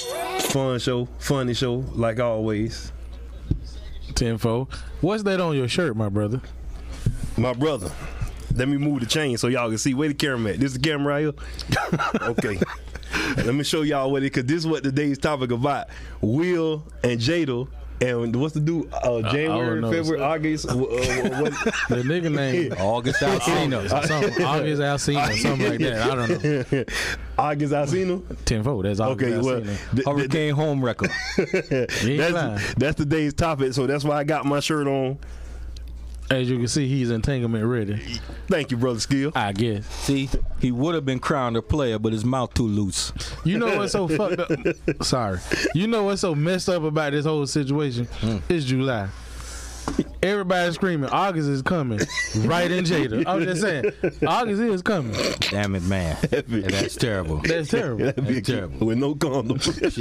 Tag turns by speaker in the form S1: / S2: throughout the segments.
S1: Fun show, funny show, like always.
S2: Tenfold. What's that on your shirt, my brother?
S1: My brother. Let me move the chain so y'all can see where the camera at. This is the camera right here. okay. Let me show y'all what it cause this is what today's topic about. Will and Jada and what's the dude? Uh, January,
S2: know.
S1: February, August. Uh, uh, what,
S2: The nigga name
S3: August Alcino.
S2: something obvious Alcina, something like that. I don't know.
S1: August Alcino.
S2: Tenfold. That's obvious
S1: Okay, well,
S2: Alcina.
S1: th- th-
S3: Hurricane home record.
S2: He ain't lying.
S1: that's, that's today's topic. So that's why I got my shirt on.
S2: As you can see, he's entanglement ready.
S1: Thank you, brother Skill.
S2: I guess.
S3: See, he would have been crowned a player, but his mouth too loose.
S2: You know what's so fucked up? Sorry. You know what's so messed up about this whole situation?
S1: Hmm.
S2: It's July. Everybody's screaming. August is coming, right in Jada. I'm just saying, August is coming.
S3: Damn it, man. That's terrible.
S2: That's terrible.
S1: That'd be
S3: That's terrible.
S1: With no condom.
S3: Jesus.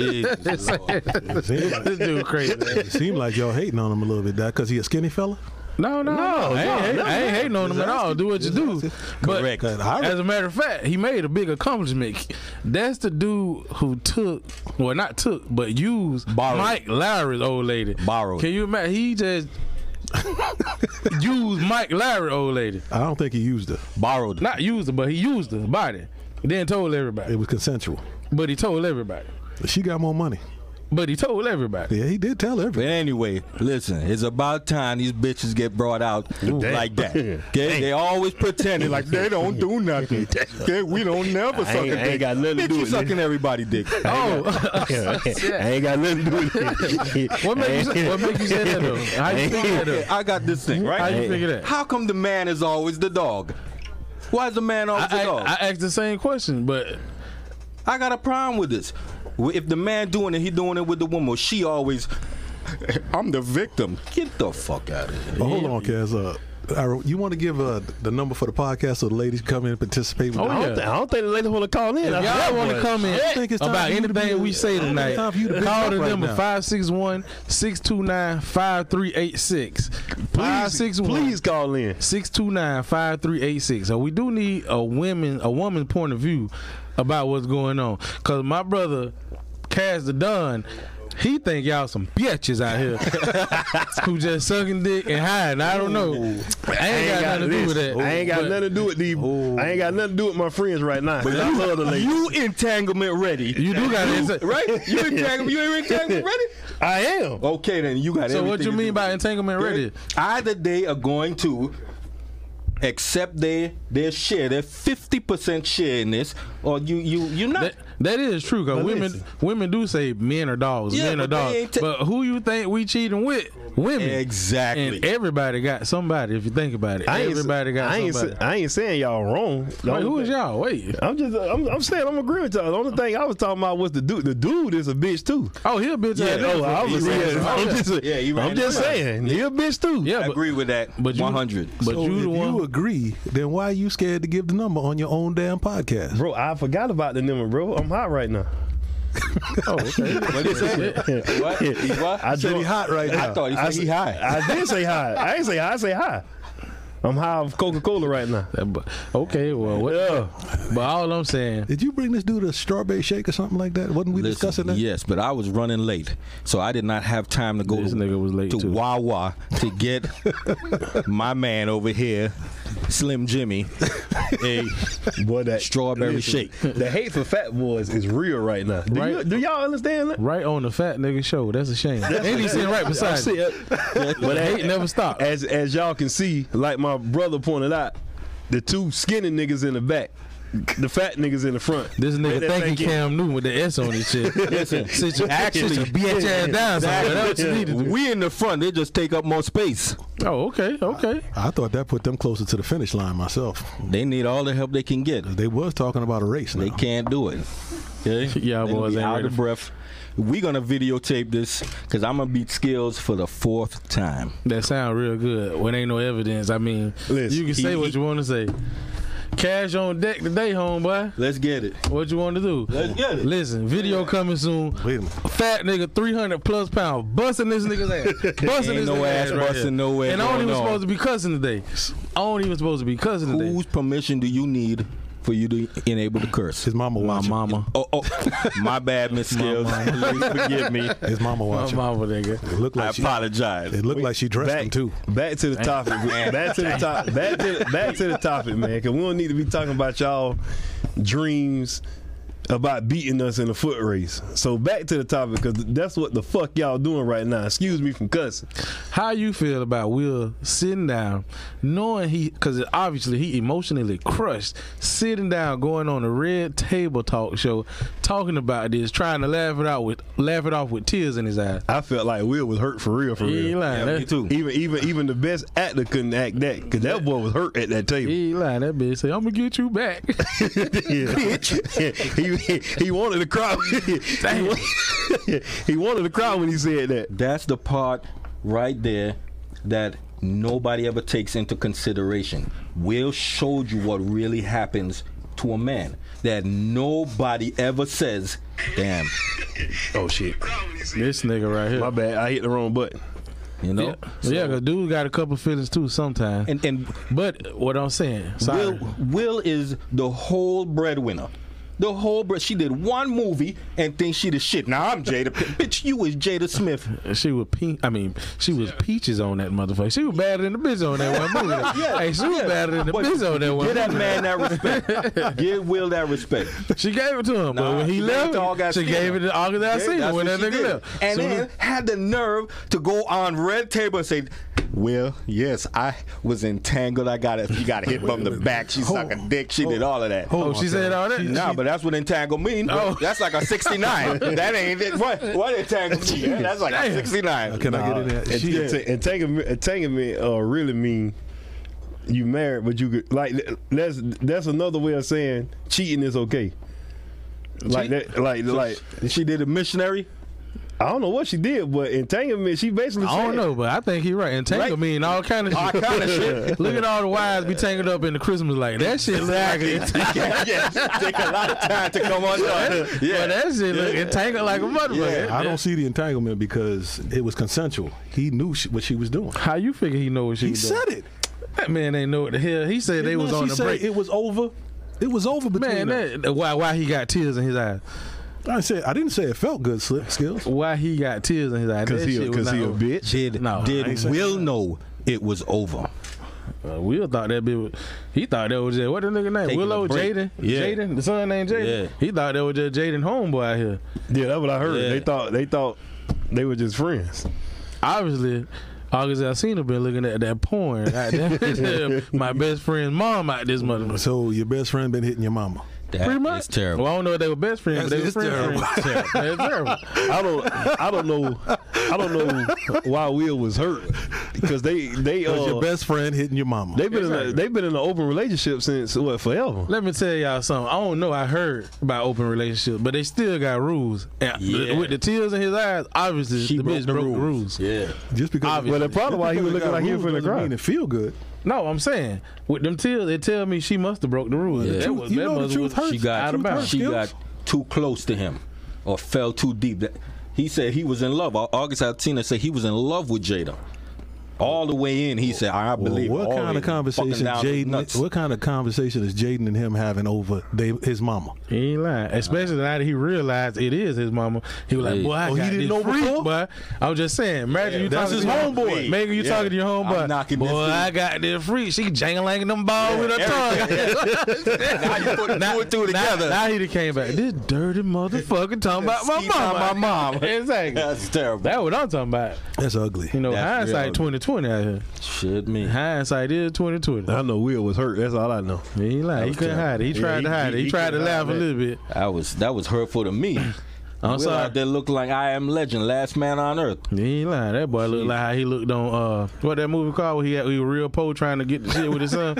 S4: Seem like-
S2: This dude crazy.
S4: it seemed like y'all hating on him a little bit, that because he a skinny fella.
S2: No, no, no. I ain't, hate- I ain't hating on him at all. Do what you do. But
S3: Correct.
S4: I,
S2: As a matter of fact, he made a big accomplishment. That's the dude who took, well, not took, but used
S3: Borrowed.
S2: Mike Lowry's old lady.
S3: Borrowed.
S2: Can you imagine? He just used Mike Lowry's old lady.
S4: I don't think he used it.
S3: Borrowed.
S2: Not used her, but he used her body. Then told
S4: It
S2: everybody.
S4: was consensual.
S2: But he told everybody.
S4: She got more money.
S2: But he told everybody.
S4: Yeah, he did tell
S3: But
S4: everybody.
S3: anyway, listen, it's about time these bitches get brought out like that. They, they always pretending like they don't do nothing. They- we don't never
S1: I
S3: suck
S1: ain't-
S3: a
S1: I
S3: dick.
S1: ain't got nothing to
S3: Bitch,
S1: do
S3: you
S1: with it.
S3: sucking everybody dick.
S2: Oh,
S1: I ain't got nothing to do with it.
S2: what make you say, what make you say that though? How you think that
S3: Okay,
S2: though?
S3: I got this thing, right?
S2: How you figure that?
S3: How come the man is always the dog? Why is the man always the
S2: I,
S3: dog?
S2: I, I asked the same question, but
S3: I got a problem with this. Well, If the man doing it, he doing it with the woman. She always, I'm the victim. Get the fuck out of here.
S4: But hold on, Kaz. Uh, I- you want to give uh, the number for the podcast so the ladies come in and participate? With
S2: Oh,
S4: the-
S1: I, don't
S2: Yeah.
S1: thi- I don't think the ladies want to call in.
S2: If
S1: I
S2: y'all
S1: said,
S2: want to
S1: boy,
S2: come in
S4: I think it's time
S2: about
S4: for you to be-
S2: anything we say
S4: I think
S2: tonight,
S4: it's time for you to big
S2: call
S4: up
S2: the
S4: right
S2: number
S4: now.
S2: 561 629 5386.
S1: Please,
S2: 561
S1: please call in.
S2: 629 5386. So we do need a women a woman's point of view about what's going on. Cause my brother, Kaz the Dunn, he think y'all some bitches out here who just sucking dick and hiding. I don't know. I ain't, got, nothing to do with that.
S1: I ain't got
S2: But-
S1: nothing to do with these. I ain't got nothing to do with my friends right now. But I love the ladies.
S3: You entanglement ready,
S2: You do got it.
S3: right? You entanglement, you ain't entanglement ready.
S1: I am.
S3: Okay, then you got.
S2: So what
S3: everything
S2: you
S3: to
S2: mean
S3: do.
S2: by entanglement ready?
S3: Either they are going to accept their their share, their fifty percent share in this, or you you you're not.
S2: That, that is true because
S1: But
S2: women
S1: listen.
S2: women do say men are dogs,
S3: Yeah,
S2: men are
S3: but they
S2: dogs.
S3: ain't ta-
S2: but who you think we cheating with? Women.
S3: Exactly.
S2: And everybody got somebody. If you think about it,
S1: I ain't,
S2: everybody got
S1: I ain't,
S2: somebody.
S1: sa- I ain't saying y'all wrong. The
S2: Like,
S1: only
S2: who is
S1: thing-
S2: y'all? Wait.
S1: I'm just. I'm, I'm saying I'm agreeing with y'all. The only thing I was talking about was the dude. The dude is a bitch too.
S2: Oh, he a bitch.
S3: Yeah,
S2: ass nigga.
S3: no,
S1: Oh, I
S3: he
S1: was.
S3: ran
S1: Yeah,
S3: his mouth.
S1: I'm just,
S3: Yeah, he ran
S1: I'm
S3: his
S1: just
S3: mouth.
S1: saying he a bitch too.
S2: yeah,
S3: I
S2: but,
S3: agree with that.
S2: but you-
S3: one hundred.
S2: But
S4: So
S2: you
S4: if
S2: the one.
S4: you agree, then why are you scared to give the number on your own damn podcast?
S1: Bro, I forgot about the number, bro. I'm hot right now.
S2: oh, okay.
S3: What is it? What? He what?
S1: I
S4: Said he
S1: drunk-
S4: hot right
S3: I
S4: now.
S3: thought he said
S1: I
S3: he
S1: said-
S3: high.
S1: I did say hi. I ain't say hi. I say hi. I'm high of Coca Cola right now.
S2: That bu- okay. Well, what,
S1: Yeah.
S2: but all I'm saying.
S4: Did you bring this dude a strawberry shake or something like that? Wasn't we
S3: Listen,
S4: discussing that?
S3: Yes, but I was running late, so I did not have time to go.
S2: This
S3: to,
S2: nigga was late,
S3: to
S2: too.
S3: Wawa to get my man over here, Slim Jimmy, a
S1: Boy, that
S3: strawberry
S1: listen,
S3: shake.
S1: The hate for fat boys is real right now. Do,
S2: Right.
S1: You, do y'all understand that?
S2: Right on the fat nigga show. That's a shame. and he's sitting right
S1: I
S2: beside
S1: see
S2: you.
S1: it. but
S2: The hate
S1: as,
S2: never stopped.
S1: as as y'all can see, like my brother pointed out, the two skinny niggas in the back, the fat niggas in the front.
S2: This
S1: Man,
S2: nigga
S1: that
S2: thank
S1: thing
S2: you
S1: get-
S2: Cam Newton with the S on his shit.
S3: Listen,
S2: Sit your action, your bitch ass down. somewhere. That's what you need to do.
S3: we in the front. They just take up more space.
S2: Oh, okay, okay.
S4: I thought that put them closer to the finish line myself.
S3: They need all the help they can get.
S4: They was talking about a race now.
S3: They can't do it. Okay?
S2: Y'all
S3: They
S2: boys
S3: be
S2: ain't
S3: out
S2: ready
S3: of
S2: for-
S3: breath. We gonna videotape this because I'm gonna beat Skills for the fourth time.
S2: That sound real good. When ain't no evidence. I mean,
S1: Listen,
S2: you can say
S3: he-
S2: what you want to say. Cash on deck today, homeboy.
S3: Let's get it.
S2: What you want to do?
S3: Let's get it.
S2: Listen, video coming soon.
S4: Wait a minute.
S2: Fat nigga, three hundred plus pound, busting this nigga's ass, busting
S3: Ain't
S2: this
S3: no
S2: nigga's
S3: ass
S2: right
S3: busting
S2: here.
S3: nowhere
S2: And I don't
S3: going
S2: even
S3: on.
S2: supposed to be cussing today. I don't even supposed to be cussing today.
S3: Whose permission do you need for you to enable to curse.
S4: His mama
S2: My
S4: watching.
S2: mama.
S3: Oh, oh, my bad, Miss Skills. Please forgive me.
S4: His mama
S2: My
S4: watching.
S2: mama, nigga.
S4: It looked
S3: I
S4: like she,
S3: apologize.
S4: it looked like she dressed him
S1: Back,
S4: too.
S1: back to the topic. Back to the top. Back to the, back to the topic, man. Because we don't need to be talking about y'all dreams about beating us in a foot race. So back to the topic, because that's what the fuck y'all doing right now. Excuse me from cussing.
S2: How you feel about Will sitting down, knowing he, because obviously he emotionally crushed, sitting down, going on a red table talk show, talking about this, trying to laugh it out with, laugh it off with tears in his eyes.
S1: I felt like Will was hurt for real, for
S2: He ain't
S1: real.
S2: lying.
S3: Yeah,
S2: that,
S3: me too.
S1: Even even even the best actor couldn't act that, because that boy was hurt at that table.
S2: He ain't lying. That bitch say, "I'm gonna get you back."
S1: Yeah. he, he he wanted to cry. he, wa- he wanted to cry when he said that.
S3: That's the part right there that nobody ever takes into consideration. Will showed you what really happens to a man that nobody ever says, damn,
S1: Oh shit!
S2: this nigga right here.
S1: My bad. I hit the wrong button.
S3: you know?
S2: Yeah, yeah, cause dude got a couple feelings too sometimes.
S3: And and
S2: but what I'm saying, sorry.
S3: Will Will is the whole breadwinner. The whole bread. She did one movie and thinks she the shit. Now I'm Jada. P- bitch, you is Jada Smith.
S2: She was pink. I mean, she was peaches on that motherfucker. She was better than the bitch on that one movie.
S3: Yeah,
S2: hey, she was
S3: yeah.
S2: better than the
S3: But
S2: bitch on that one.
S3: Give that
S2: movie.
S3: man that respect. Give Will that respect.
S2: She gave it to him, but
S3: Nah,
S2: when he
S3: she gave it
S2: left,
S3: to August
S2: she
S3: Cena.
S2: gave it to August Alcina
S3: That's
S2: when that
S3: what she
S2: nigga
S3: did.
S2: left.
S3: And
S2: Soon
S3: then
S2: as-
S3: had the nerve to go on red table and say, "Well, yes, I was entangled. I got it. You got hit from the back. She sucked a dick. She did all of that."
S2: oh, she said all that.
S3: Nah, but that's what entangle mean.
S2: Oh.
S3: That's like a 69. that ain't it. What, what entangle mean? That's like
S2: Damn.
S3: a 69.
S4: Can I get in there?
S1: Ent-
S4: She-
S1: ent- Entanglement, entanglement uh, really mean you married, but you could like th- that's that's another way of saying cheating is okay. Like that, like like
S3: She did a missionary.
S1: I don't know what she did, but entanglement, she basically.
S2: I don't
S1: said-
S2: know, but I think he right. And tangle
S3: Right.
S2: mean all kind of
S3: All
S2: shit.
S3: kind of shit.
S2: Look at all the wives be tangled up in the Christmas like that shit. look like-
S3: yeah, yeah. Take a lot of time to come on.
S2: But
S3: Yeah.
S2: that shit look entangled like a motherfucker.
S4: I don't see the entanglement because it was consensual. He knew sh what she was doing.
S2: How you figure he know what she
S4: He
S2: was doing?
S4: said it.
S2: That man ain't know what the hell. He said they
S4: Didn't
S2: was
S4: she
S2: on the
S4: say
S2: break.
S4: It was over. It was over between
S2: man,
S4: us.
S2: that, why why he got tears in his eyes?
S4: I said I didn't say it felt good. Slip skills.
S2: Why he got tears in his eyes? That shit was not over.
S3: Did,
S2: No, I
S3: did Will know it was over?
S2: Uh, Will thought that bitch. Was, he thought that was just what the nigga name
S3: Taking
S2: Willow
S3: a break.
S2: Jaden.
S3: Yeah.
S2: Jaden, the son named Jaden.
S3: Yeah.
S2: He thought that was just Jaden homeboy out here.
S1: Yeah, that's what I heard.
S3: Yeah.
S1: They thought they thought they were just friends.
S2: Obviously, August Alcina been looking at that porn. Goddamn. My best friend's mom out this motherfucker.
S4: So your best friend been hitting your mama.
S3: That
S2: Pretty much. Well, I don't know if they were best friends,
S4: That's-
S2: but they were
S4: it's
S2: friends. friends. That's terrible.
S1: I don't I don't know I don't know why Will was hurt because they they
S4: Was
S1: uh,
S4: your best friend hitting your mama?
S1: they've been in a, they've been in an open relationship since what forever.
S2: Let me tell y'all something. I don't know. I heard about open relationships, but they still got rules. And
S3: Yeah.
S2: With the tears in his eyes, obviously the bitch broke the rules.
S3: Yeah.
S4: Just because.
S2: Obviously.
S1: Well, the problem why he was looking like he was
S4: going
S1: finna
S4: to Mean
S1: cry.
S4: it feel good.
S2: No, I'm saying with them tears, they tell me she must have broke the rules. That was,
S4: You
S2: that
S4: know the
S2: must
S4: truth
S2: was
S4: hurts.
S3: She got
S2: out of bounds.
S3: She
S4: Skills?
S3: got too close to him, or fell too deep. That- He said he was in love. Au- August Altina said he was in love with Jada. All the way in, he said, "I believe."
S4: Well, what
S3: all in,
S4: kind of
S3: fucking
S4: conversation,
S3: down to nuts.
S4: Jaden? What kind of conversation is Jaden and him having over they, his mama?
S2: He ain't lying. Especially now that he realized it is his mama. He was like,
S3: Hey.
S2: boy, I
S4: Oh, he
S2: got
S4: didn't
S2: this
S4: know
S2: freak,
S4: before?
S2: boy. I was just saying, imagine you
S4: That's
S2: talking to
S4: his
S2: your
S4: homeboy.
S2: Megan, you
S3: Yeah.
S2: talking to your homeboy.
S3: I'm knocking
S2: boy,
S3: this dude."
S2: I got this freak. She jangling them balls with her tongue.
S3: now you put two and two
S2: now,
S3: together.
S2: now he done came back. This dirty motherfucker talking about my
S3: Skeet on
S2: mama.
S3: my mom.
S2: exactly.
S3: That's terrible.
S2: That's what I'm talking about.
S4: That's ugly.
S2: You know,
S3: That's
S2: hindsight
S3: real.
S2: 2020 out here.
S3: Shit, me.
S2: Hindsight is 2020.
S1: I know Will was hurt. That's all I know.
S2: He ain't lying. He
S3: was
S2: couldn't
S3: terrible.
S2: hide it. He
S1: Yeah,
S2: tried
S1: he-
S2: to
S1: he-
S2: hide it. He
S1: he
S2: tried to
S1: couldn't
S2: hide
S1: hide
S2: a
S1: that.
S2: little bit.
S3: That was that was hurtful to me.
S2: I'm
S3: Will
S2: sorry.
S3: out there look like I am legend, last man on earth.
S2: He ain't lying. That boy looked like how he looked on uh what that movie called where he had, he was real po trying to get the shit with his son.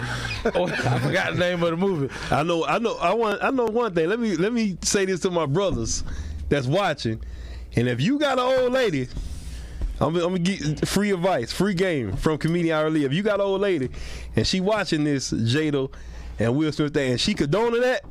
S2: oh, I forgot the name of the movie.
S1: I know, I know, I want, I know one thing. Let me, let me say this to my brothers that's watching, and if you got an old lady, I'm, I'm gonna get free advice, free game from comedian Ali. If you got an old lady, and she watching this Jada and Will Smith thing, and she condoning that,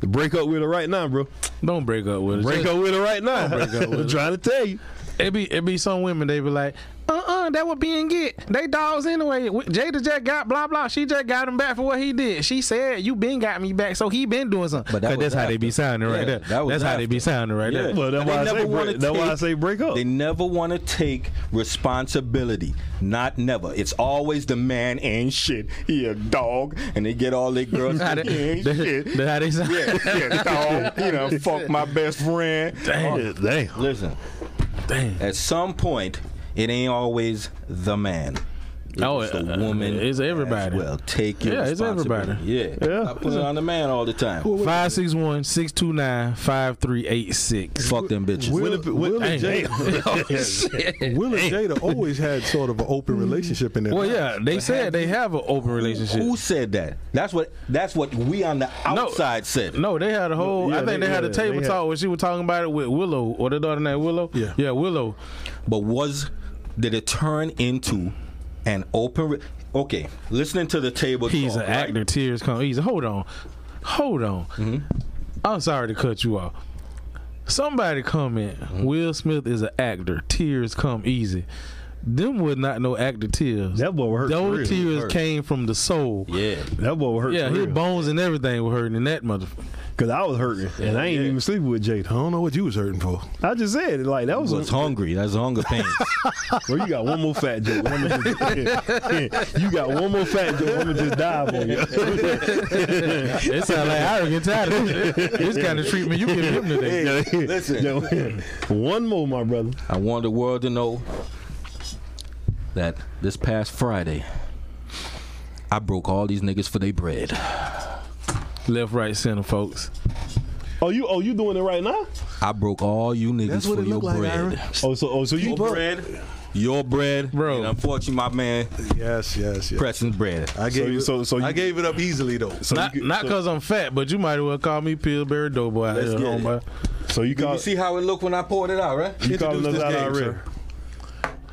S1: break up with her right now, bro.
S2: Don't break up with it.
S1: Break
S2: Just-
S1: up with her right now.
S2: break up with her.
S1: I'm trying to tell you.
S2: It be it be some women they be like, uh uh done, that what being get. They dogs anyway. We- Jada just got blah blah. She just got him back for what he did. She said you been got me back, so he been doing something.
S3: But
S2: But
S3: that was
S2: that's how they be
S3: after.
S2: sounding right
S3: Yeah,
S2: there.
S3: that was
S2: that's how they be
S3: after.
S2: sounding right
S3: Yeah.
S2: there.
S1: Well, that's
S3: And they
S1: why I
S3: never
S1: say
S3: wanna
S1: break- that's why I
S3: take-
S1: say break up.
S3: They never want to take responsibility. Not never. It's always the man ain't shit. He a dog, and they get all their girls.
S2: How they-
S3: he ain't
S2: that-
S3: shit.
S2: that how they sound.
S3: Yeah, yeah, dog. You know, fuck my best friend.
S1: Damn. Damn.
S3: Oh, Listen,
S2: Damn.
S3: at some point, it ain't always the man. It's
S2: Oh,
S3: the
S2: uh,
S3: woman.
S2: it's everybody.
S3: As well, take your
S2: Yeah, it's
S3: responsibility. Yeah,
S1: Yeah.
S3: I put it on the man all the time.
S2: Five six one six two nine five three eight six.
S3: Fuck them bitches.
S4: Will,
S1: Will it-
S4: Will and
S2: Dang.
S4: Jada, Will and Jada always had sort of an open relationship in their
S2: Well,
S4: life.
S2: yeah, they said they have an open relationship.
S3: Who said that? That's what. That's what we on the outside said.
S2: No, they had a whole.
S1: Yeah,
S2: I think
S1: they-
S2: they, had
S1: yeah,
S2: a table
S1: they
S2: talk where she was talking about it with Willow or the daughter named Willow.
S4: Yeah.
S2: yeah, Willow.
S3: But was did it turn into an open? Re- okay, listening to the table.
S2: He's
S3: talk,
S2: an
S3: right?
S2: actor. Tears come. He's hold on, hold on. I'm sorry to cut you off. Somebody comment. Will Smith is an actor. Tears come easy. Them was not no actor tears.
S1: That boy was hurt. for real.
S2: Those tears came from the soul.
S3: Yeah.
S1: That boy was hurt.
S2: Yeah,
S1: for
S2: his
S1: real.
S2: bones and everything were hurting in that motherfucker.
S1: Cause I was hurting, and I ain't even sleeping with Jada.
S4: I don't know what you was hurting for.
S1: I just said it like that was.
S3: Was
S1: a-
S3: hungry. That's hunger pains.
S1: Well, you got one more fat joke. I'ma just- you got one more fat joke. I'ma just dive on you.
S2: It sound like I get tired of this, this kind of treatment you give him today.
S3: listen.
S1: Yo, one more, my brother.
S3: I want the world to know that this past Friday, I broke all these niggas for their bread.
S2: Left, right, center, folks.
S1: Oh, you oh you doing it right now?
S3: I broke all you niggas
S4: That's what
S3: for
S4: it
S3: your
S4: look like,
S3: bread.
S4: Aaron.
S1: Oh, so oh so you
S3: Your bread. Your bread.
S2: Bro.
S3: And unfortunately, my man,
S4: Yes, yes, yes.
S3: Preston's bread.
S4: I gave
S1: So you-
S4: it,
S1: so- so
S4: I
S1: you-
S4: gave it up easily though.
S1: so
S2: not
S1: you,
S2: not because I'm fat, but you might as well call me Pillsbury Doughboy out
S3: Let's
S2: here,
S3: get it.
S2: homeboy.
S1: so you
S3: You
S1: call
S3: see how it looked when I poured it out, right?
S1: you calling us
S4: Introduce
S1: out
S4: this game,
S1: already.
S4: sir.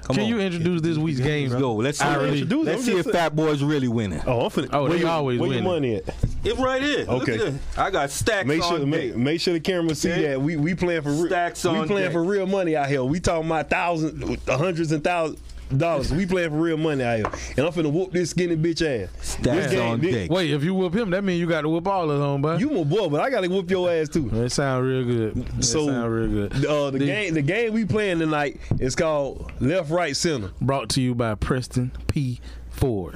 S3: Come
S2: Can
S3: on.
S2: you introduce this week's games?
S3: Let's go. Let's see,
S2: I really-
S1: Introduce
S3: let's
S1: them.
S3: see if Fat Boy's really winning.
S1: Oh, I'm finna.
S2: Oh,
S1: where
S2: they
S1: your-
S2: always
S1: where your
S2: winning.
S1: money at?
S3: It's right here. Look
S1: Okay.
S3: at this. I got stacks
S1: Make sure
S3: on
S1: make,
S3: deck.
S1: make sure the camera see
S3: Okay.
S1: that we we playing for real.
S3: Stacks on
S1: we playing
S3: deck.
S1: for real money out here. We talking about thousands, hundreds and thousands. Dollars. We playing for real money out here, and I'm finna whoop this skinny bitch ass.
S3: Stacks
S1: this game,
S3: on
S1: thi-
S3: deck.
S2: Wait, if you whoop him, that means you got to whoop all of them, homeboy.
S1: You my boy, but I gotta whoop your ass too.
S2: That sound real good. That
S1: So,
S2: sound real good.
S1: Uh, the
S2: This
S1: game, the game we playing tonight is called Left, Right, Center.
S2: brought to you by Preston P. Ford.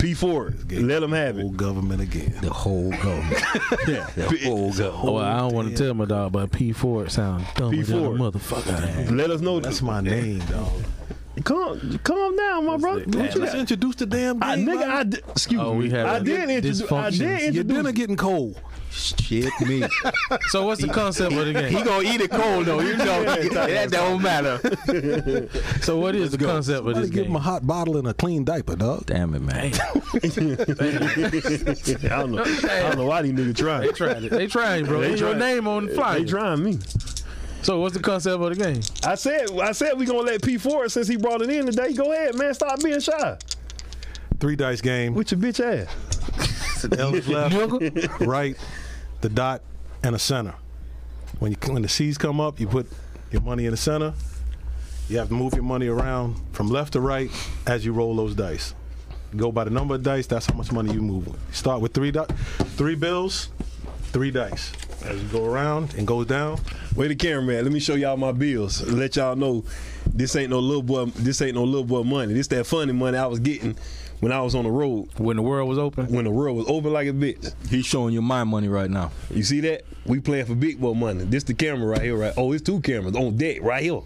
S1: P four. Let them have it.
S4: Old government again.
S3: The whole government. yeah, the whole government.
S2: well, I don't want to tell my dog, but P. Ford sound dumb
S1: P.
S2: than a
S1: Ford.
S2: motherfucker.
S1: Let us know.
S4: That's my name, dog.
S1: Calm, calm down, my brother. What
S4: Don't
S1: you
S4: you just
S1: got?
S4: introduce the damn game?
S1: I, nigga, I did, excuse
S2: Oh, we
S1: me.
S2: had
S1: I
S2: a-
S1: did introduce. I did
S2: dysfunctions.
S4: Your
S1: introduce.
S4: dinner getting cold.
S3: Shit me.
S2: so what's the concept of the game?
S3: gonna eat it cold though, you know. that don't matter.
S2: So what is the concept of
S4: Somebody
S2: this
S4: give him
S2: game?
S4: a hot bottle and a clean diaper, dog.
S3: Damn it, man.
S1: I don't know. I don't know why these niggas trying.
S2: They tried it. They tried, bro.
S1: They
S2: Put your
S1: tried.
S2: name on the flyer.
S1: They trying me.
S2: So what's the concept of the game?
S1: I said, I said we gonna let P four since he brought it in today. Go ahead, man. Stop being shy
S4: Three dice game.
S1: with your bitch ass.
S4: Ellis
S2: Nigga?
S4: left, right, the dot, and a center. When you when the C's come up, you put your money in the center. You have to move your money around from left to right as you roll those dice. Go by the number of dice. That's how much money you move. With. Start with three di- three bills, three dice. As you go around and goes down,
S1: Wait the cameraman. Let me show y'all my bills. Let y'all know this ain't no little boy. This ain't no little boy money. This that funny money I was getting when I was on the road
S2: When the world was open.
S1: when the world was open like a bitch.
S3: He's showing you my money right now.
S1: You see that? We playing for big boy money. This the camera right here, right? Oh, it's two cameras on deck right here.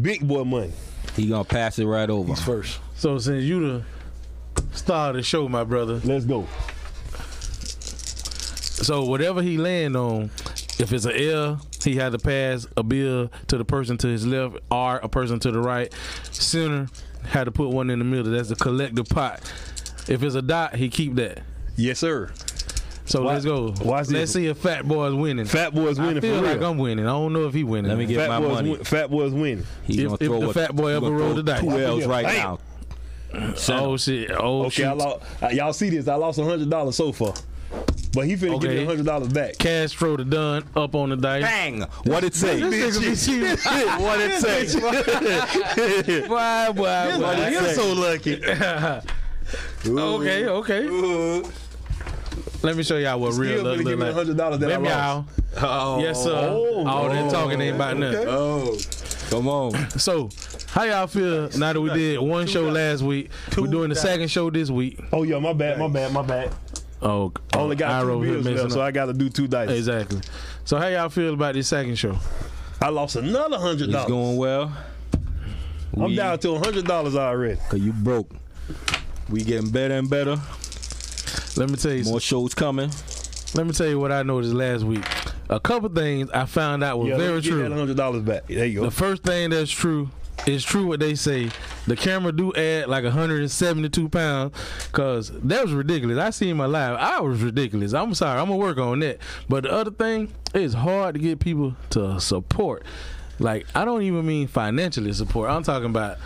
S1: Big boy money.
S3: He gonna pass it right over.
S4: first.
S2: So since you the star of the show, my brother,
S1: Let's go.
S2: So whatever he land on, if it's an L, he had to pass a bill to the person to his left, R a person to the right, center had to put one in the middle. That's the collective pot. If it's a dot, he keep that.
S1: Yes, sir.
S2: So
S1: Why-
S2: let's go.
S1: why is this-
S2: Let's see if Fat Boy's winning.
S1: Fat boy's winning
S2: I feel
S1: for
S2: like
S1: real.
S2: I'm winning. I don't know if he winning.
S3: Let me get
S1: fat,
S3: my
S1: boy's
S3: money.
S1: win- fat boy's winning.
S3: He's
S2: If- if the fat boy
S3: he
S2: ever
S3: gonna
S2: rolled the
S3: throw
S2: dice.
S3: Two L's right
S1: Damn.
S3: now.
S2: Oh shit. Oh
S1: Okay, I
S2: shoot.
S1: lost. Y'all see this? I lost hundred dollars so far. But he finna give
S2: Okay.
S1: you hundred dollars back.
S2: Castro the Dunn up on the dice.
S3: Bang! What it say?
S2: This nigga be cheating.
S3: what it say?
S2: Why, why, why?
S1: You're so lucky.
S2: Okay, okay. Let me show y'all what real
S1: Still
S2: love
S1: finna give
S2: look
S1: me
S2: like.
S1: hundred dollars that I
S2: Let
S1: lost. Oh,
S2: y'all. Yes, sir. All that talking ain't about nothing.
S3: Oh, come on.
S2: So, how y'all feel now that we did one show last week? we We're doing the second show this week.
S1: Oh yeah, my bad, my bad, my bad.
S2: Oh,
S1: I only got two
S2: Iroh here
S1: bills
S2: messing
S1: left, so
S2: up.
S1: I gotta do two dice.
S2: exactly. So, how y'all feel about this second show?
S1: I lost another hundred
S3: It's
S1: dollars.
S3: going well.
S1: I'm down to hundred dollars already.
S3: Cause you broke. We getting better and better.
S2: Let me tell you.
S3: More shows coming.
S2: Let me tell you what I noticed last week. A couple things I found out were
S1: Yeah,
S2: very
S1: let me get that
S2: true.
S1: hundred dollars back. There you
S2: The
S1: go.
S2: first thing that's true is true what they say. The camera do add like 172 pounds because that was ridiculous. I seen my live. I was ridiculous. I'm sorry. I'm gonna work on that. But the other thing, it's hard to get people to support. Like I don't even mean financially support. I'm talking about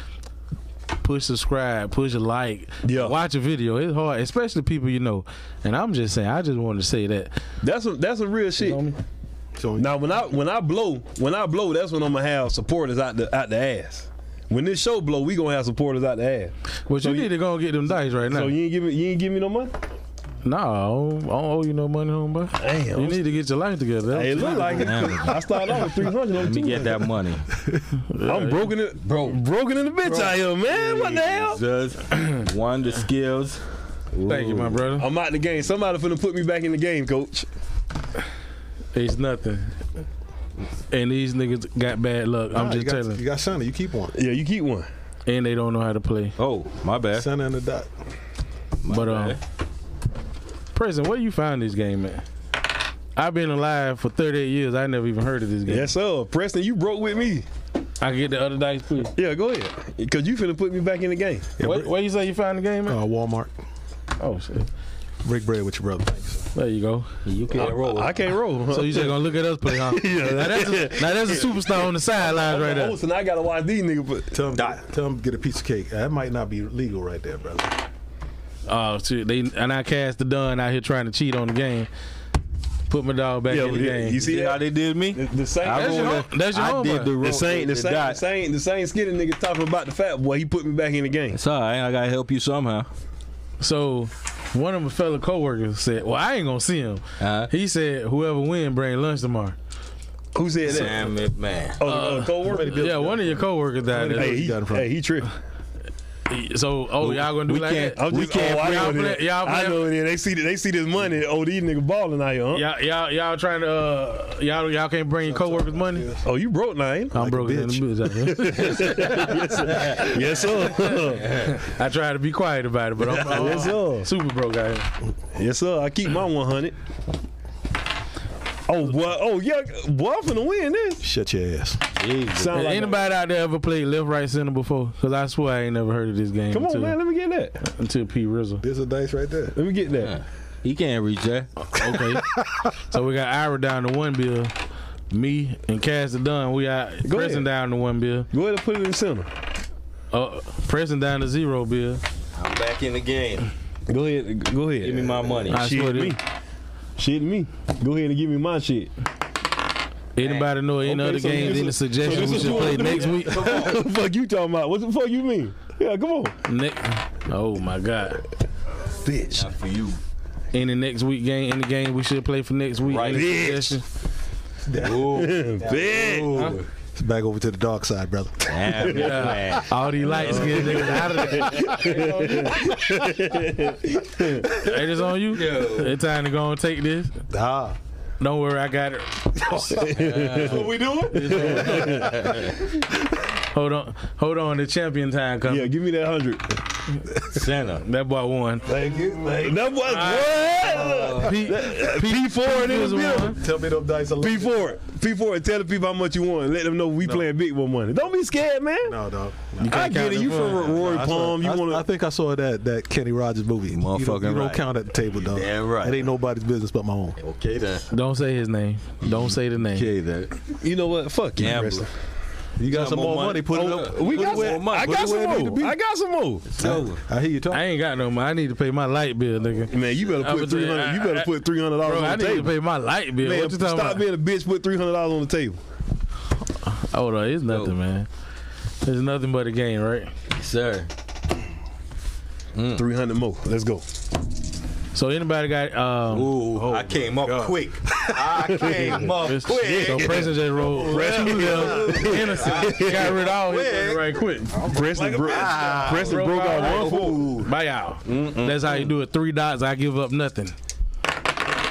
S2: push subscribe, push a like,
S1: Yeah.
S2: watch a video. It's hard, especially people you know. And I'm just saying. I just wanted to say that.
S1: That's some that's some real shit.
S4: So
S1: Now when I when I blow when I blow, that's when I'm gonna have supporters out the out the ass. When this show blow, we gonna have supporters out the ass.
S2: But
S1: So
S2: you
S1: you-
S2: need to go and get them dice right now.
S1: So you ain't give me you ain't give me no money.
S2: nah, I don't, I don't owe you no money, homeboy.
S1: Damn.
S2: You need to get your life together. That's
S1: It look like it. I started off with three hundred.
S3: Let me get that money.
S1: I'm broken it, bro. Broken in the bitch out here, man. What the hell?
S3: Just one the skills.
S2: Thank you, my brother.
S1: I'm out the game. Somebody finna put me back in the game, coach.
S2: It's nothing. And these niggas got bad luck. I'm
S4: Nah,
S2: just
S4: ah, you got,
S2: telling.
S4: You got Senna. You keep one.
S1: Yeah, you keep one.
S2: And they don't know how to play.
S3: Oh, my bad.
S4: Senna and the dot.
S2: but um,
S3: bad.
S2: President, where you found this game at? I've been alive for 38 years. I never even heard of this game.
S1: Yes, sir. Preston, you broke with me.
S2: I get the other dice, please.
S1: Yeah, go ahead. Cause you finna put me back in the game.
S4: Yeah,
S2: Where,
S4: Rick-
S2: where you say you found the game at?
S4: uh, Walmart.
S2: Oh shit!
S4: Break bread with your brother. Thanks.
S2: There you go.
S3: You can roll.
S1: I can't roll.
S2: So you just gonna look at us play, huh? yeah. Now that's a, now that's a superstar on the sidelines right there.
S1: Oh, so now I gotta watch these niggas. Put,
S4: Tell him, tell him to get a piece of cake. That might not be legal right there, brother.
S2: Oh shit! They and I cast the dun out here trying to cheat on the game. Put my dog back
S1: yeah,
S2: in the
S1: yeah,
S2: game.
S1: you see
S3: how
S1: that?
S3: they did me?
S1: The, the same.
S3: I
S2: your
S3: rolled
S2: home-
S3: it.
S2: that's your
S3: I
S2: homeboy.
S3: did the roll.
S1: the same, the
S3: with
S1: same, the
S3: dot.
S1: same, the same skinny nigga talking about the fat boy. He put me back in the game.
S3: It's all right. I gotta help you somehow.
S2: So one of my fellow coworkers said, "Well, I ain't gonna see him."
S3: Uh-huh.
S2: He said, "Whoever win, bring lunch tomorrow."
S1: Who said that?
S3: McMahon.
S1: Oh, uh, coworker.
S2: yeah, one of your coworkers died.
S1: Hey, he,
S4: got it from?
S1: hey, he tripped.
S2: So, oh, y'all gonna do
S3: We
S2: like
S3: can't-
S2: that?
S1: I'm
S3: We
S1: just,
S3: can't
S1: oh, I
S2: play-
S1: know
S2: y'all
S1: that.
S2: play- y'all
S1: I
S2: play-
S1: know that. They see, they see this money. Oh, these niggas balling out here, huh?
S2: Y'all, y'all, y'all trying to uh, y'all, y'all can't bring your coworkers money.
S1: Oh, you broke now, ain't?
S2: I'm broke in the
S4: bitch.
S2: boots. out here.
S1: yes, sir.
S2: I try to be quiet about it, but I'm, I'm
S1: Yes, sir.
S2: super broke out here.
S1: yes, sir. I keep my 100. Oh, boy. Oh, yeah. Boy, I'm finna win this.
S4: Shut your ass.
S1: Sound
S2: Has
S1: like
S2: anybody out there ever played left, right, center before? Because I swear I ain't never heard of this game.
S1: Come
S2: until,
S1: on, man. Let me get that.
S2: Until P Rizzle.
S4: There's a dice right there.
S1: Let me get that.
S3: He can't reach that.
S2: Okay. so we got Ira down to one bill. Me and Cass the Dunn, we got
S1: Go
S2: Preston
S1: ahead.
S2: down to one bill.
S1: Go ahead and put it in the center.
S2: Uh, Preston down to zero bill.
S3: I'm back in the game.
S1: Go ahead. Go ahead.
S3: Give me my money.
S2: I
S1: Shit
S2: swear to
S1: me. Shit me. Go ahead and give me my shit.
S2: Anybody know any
S1: Okay,
S2: other
S1: so
S2: games,
S1: this
S2: any
S1: is-
S2: suggestions
S1: so
S2: we
S1: this
S2: should
S1: is
S2: play
S1: what-
S2: next week?
S1: What the fuck you talking about? What the fuck you mean? Yeah, come on.
S2: Ne- oh my God.
S1: Bitch.
S3: For you.
S2: Any next week game, any game we should play for next week?
S3: Right.
S2: Any
S1: Bitch.
S2: suggestions?
S1: Bitch.
S4: It's back over to the dark side, brother.
S3: Damn, McMahon.
S2: All these lights getting niggas out of there. hey, this on you? It's time to go and take this.
S4: ah,
S2: Don't worry, I got it.
S1: What we doing?
S2: Hold on, hold on. The champion time coming.
S1: Yeah, give me that 100.
S3: Santa.
S2: That boy won.
S4: thank you. Thank
S1: That was what?
S2: P, P four
S1: in the middle.
S4: Tell me them dice are
S1: P four, P four, tell the people how much you want. Let them know we playing big one money. Don't be scared, man.
S4: No, dog.
S1: I get it. You from Roy
S4: I,
S1: Palm.
S4: saw,
S1: You
S4: I, I
S1: want to?
S4: think I saw that that Kenny Rogers movie. You don't, you
S3: Motherfucking
S4: don't
S3: right.
S4: count at the table, dog.
S3: Yeah, right.
S4: It ain't nobody's business but my own.
S3: Okay then.
S2: Don't say his name. Don't say the name.
S3: Okay then.
S1: You know what? Fuck you,
S3: Gambler.
S1: Preston.
S4: You got some more money, put it up.
S1: We
S4: put
S1: got
S4: it where-
S1: some. I
S4: put it
S1: got
S4: where it need to
S1: some
S4: be.
S1: more. I got some more.
S4: I hear you talking.
S2: I ain't got no money. I need to pay my light bill, nigga.
S1: Man, you better
S2: I
S1: put
S2: was like,
S1: three hundred. You
S2: I-
S1: better
S2: I-
S1: put three hundred
S2: Bro,
S1: dollars
S2: I
S1: on the
S2: need to
S1: table.
S2: pay my light bill.
S1: Man,
S2: what you talking
S1: stop
S2: about?
S1: being a bitch. Put three hundred dollars on the table.
S2: Hold on, it's nothing,
S3: Yo.
S2: man. It's nothing but a game, right?
S3: Sir.
S1: Three hundred more. Let's go.
S2: So anybody got um
S3: Ooh, I came up quick. I came
S4: Oh,
S3: up
S2: It's-
S3: quick.
S2: So Preston just rolled two left, innocent, got rid of all his money right quick.
S1: Preston, bro- Preston
S2: Broke
S1: broke
S2: out
S1: out one
S2: right.
S1: fool.
S2: Buy out. That's how you do it. Three dots, I give up nothing.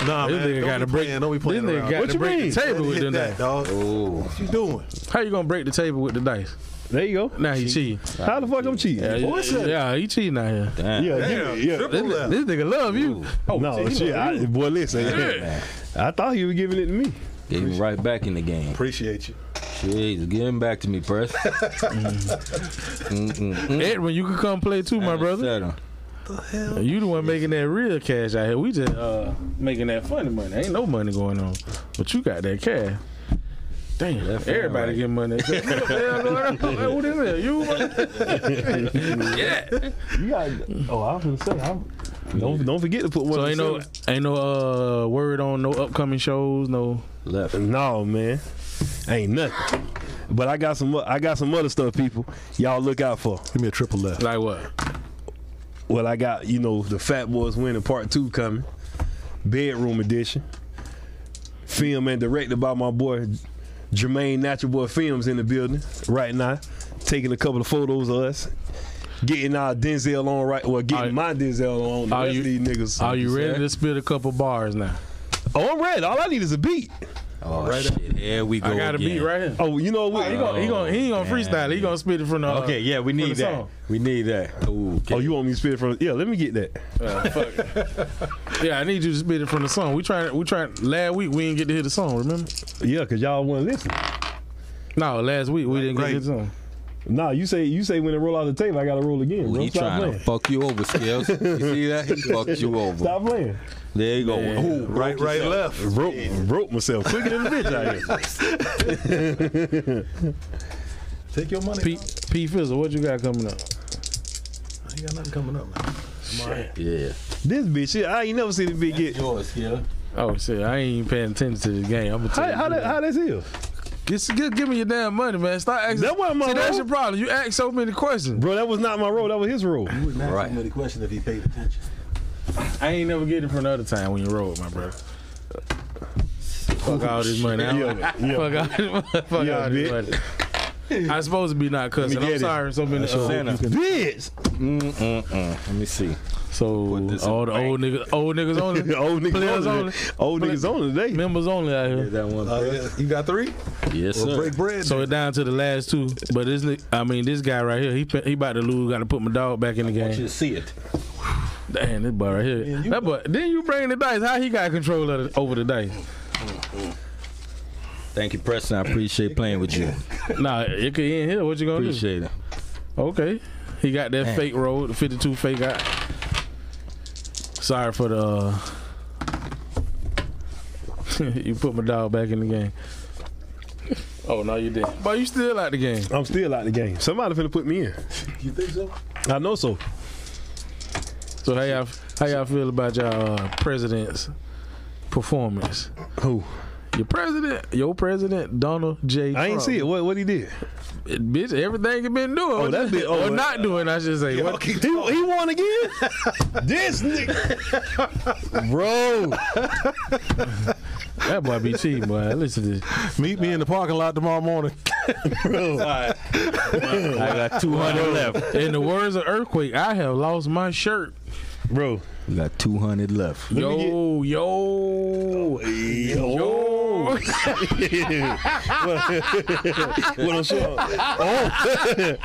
S4: Nah,
S2: This
S4: man.
S2: nigga
S4: Don't
S2: got
S4: be
S2: to break.
S4: playing, Don't be
S2: this
S4: playing
S2: nigga
S4: around.
S2: got
S1: What
S2: to
S1: you
S2: break
S1: mean?
S2: the table
S4: Hit
S2: with them
S4: that,
S2: dice.
S4: dog. What you doing?
S2: How you gonna break the table with the dice?
S1: There you go.
S2: Now he cheating.
S1: How the fuck I'm cheating?
S2: Yeah,
S1: Yeah,
S2: yeah, yeah, he cheating out here.
S1: yeah, give me- yeah.
S2: This, this nigga love you. Oh
S1: No,
S2: he
S1: shit.
S2: love
S1: I,
S2: you.
S1: boy, listen. I thought he was giving it to me.
S3: Gave him right back in the game.
S4: Appreciate you.
S3: Jeez, give him back to me, Perth. Mm-mm.
S4: Mm.
S2: Edwin, you can come play too, my brother.
S3: Settle.
S2: You the one making that real cash out here. We just uh making that funny money. Ain't no money going on, but you got that cash. Damn,
S3: Left and
S2: everybody
S3: right.
S2: get money. What the hell going on? Like, Who this is? You? yeah.
S1: You got. Oh, I was gonna say. I'm, don't don't forget to put one.
S2: So
S1: in
S2: ain't
S1: the
S2: no
S1: center.
S2: ain't no uh word on no upcoming shows. No.
S3: Left.
S1: No, man, ain't nothing. But I got some. o- I got some other stuff, people. Y'all look out for.
S4: Give me a triple left.
S2: Like what?
S1: Well, I got you know the Fat Boys Winning Part Two coming, Bedroom Edition, film and directed by my boy Jermaine Natural Boy Films in the building right now, taking a couple of photos of us, getting our Denzel on right. Well, getting
S2: Are-
S1: my Denzel on. The
S2: are
S1: rest
S2: you-
S1: of these niggas.
S2: Are you ready
S3: sir.
S2: to spit a couple bars now?
S1: Oh, I'm ready. All I need is a beat.
S3: Oh, shit. Here we go.
S2: I got a
S3: again.
S2: beat right here.
S1: Oh, you know what?
S2: He gonna, he gonna, he ain't gonna
S3: Oh,
S2: freestyle. it. He
S3: damn.
S2: gonna spit it from the. uh,
S3: Okay, yeah, we
S2: from
S3: need
S2: the
S3: that.
S2: song.
S3: We need that. Ooh, okay.
S1: Oh, you want me to spit it from? Yeah, let me get that.
S2: Uh, fuck it. yeah, I need you to spit it from the song. We trying, we trying. Last week we didn't get to hear the song. Remember?
S1: Yeah, cause y'all want to listen.
S2: No, last week we didn't get to hear the song.
S1: Nah, you say you say when it roll out the tape, I gotta roll again.
S3: Ooh,
S1: bro.
S3: he
S1: Stop
S3: trying
S1: playing.
S3: to fuck you over, Skills. You see that? He fucked you over.
S1: Stop playing.
S3: There you go. Ooh,
S4: Right, right, left.
S1: Broke, broke myself quicker than a bitch out here.
S4: Take your money.
S2: P. P. Fizzle, what you got coming up?
S4: dog. I ain't got nothing coming up, man.
S3: Yeah.
S1: This bitch, yeah, I ain't never seen this bitch get.
S3: Yours, Skills.
S2: Oh shit, I ain't even paying attention to this game. I'm gonna tell
S1: How,
S2: you.
S1: how, that, how that's here?
S2: Just give, give me your damn money, man. Stop asking.
S1: That wasn't my
S2: See, that's
S1: role.
S2: your problem. You ask so many questions.
S1: Bro, that was not my role. That was his role.
S4: Wouldn't ask
S3: Right.
S4: him any question if he paid attention.
S2: I ain't never get it from another time when you rolled, my brother. Fuck all this money. I don't-
S1: Yeah, yeah.
S2: Fuck all this money. Fuck
S1: Yeah,
S2: all this money. I'm supposed to be not
S1: Let
S2: cussing.
S1: me
S2: I'm
S1: get it.
S2: sorry. So many. uh,
S3: Santa.
S1: Bitch!
S3: Mm-mm-mm. Let me see.
S2: So
S3: Put this
S2: all
S3: in
S2: the old niggas, old niggas only,
S1: old
S2: Players
S1: niggas on
S2: only.
S1: it. Old niggas on it today.
S2: members only out here.
S3: That one.
S4: Oh, yeah. You got three?
S3: yes, sir.
S4: Well, break bread.
S2: So it down to the last two. But this, ni- I mean, this guy right here, he pe- he about to lose. Got to put my dog back in the
S3: want you
S2: game.
S3: to see it.
S2: Damn, this boy right here.
S4: you-
S2: That boy. Then you bring the dice. How he got control of the, over the dice?
S3: Thank you, Preston. I appreciate playing with you.
S2: Nah, it could end here. What you gonna
S3: Appreciate it.
S2: do? Okay, he got that
S3: Damn.
S2: fake roll, the fifty-two fake out. Sorry for the. Uh, you put my dog back in the game. Oh no, you didn't. But you still out the game.
S1: I'm still out the game. Somebody finna put me in.
S4: You think so?
S1: I know so.
S2: So how y'all how y'all feel about y'all uh, president's performance?
S1: Who?
S2: Your president, your president, Donald J.
S1: I ain't see it. What what he did?
S2: it. Bitch, everything he been doing, oh,
S1: that bit- oh,
S2: or not doing, I should say. What-
S1: He, he won again? this nigga. Bro.
S2: That boy be cheating, boy. Listen to this.
S4: Meet me in the parking lot tomorrow morning.
S3: I got 200 left.
S2: In the words of Earthquake, I have lost my shirt.
S1: Bro.
S3: We got 200 left.
S2: Yo,
S1: Oh.
S2: yo, yo.
S1: What I'm sure. Oh.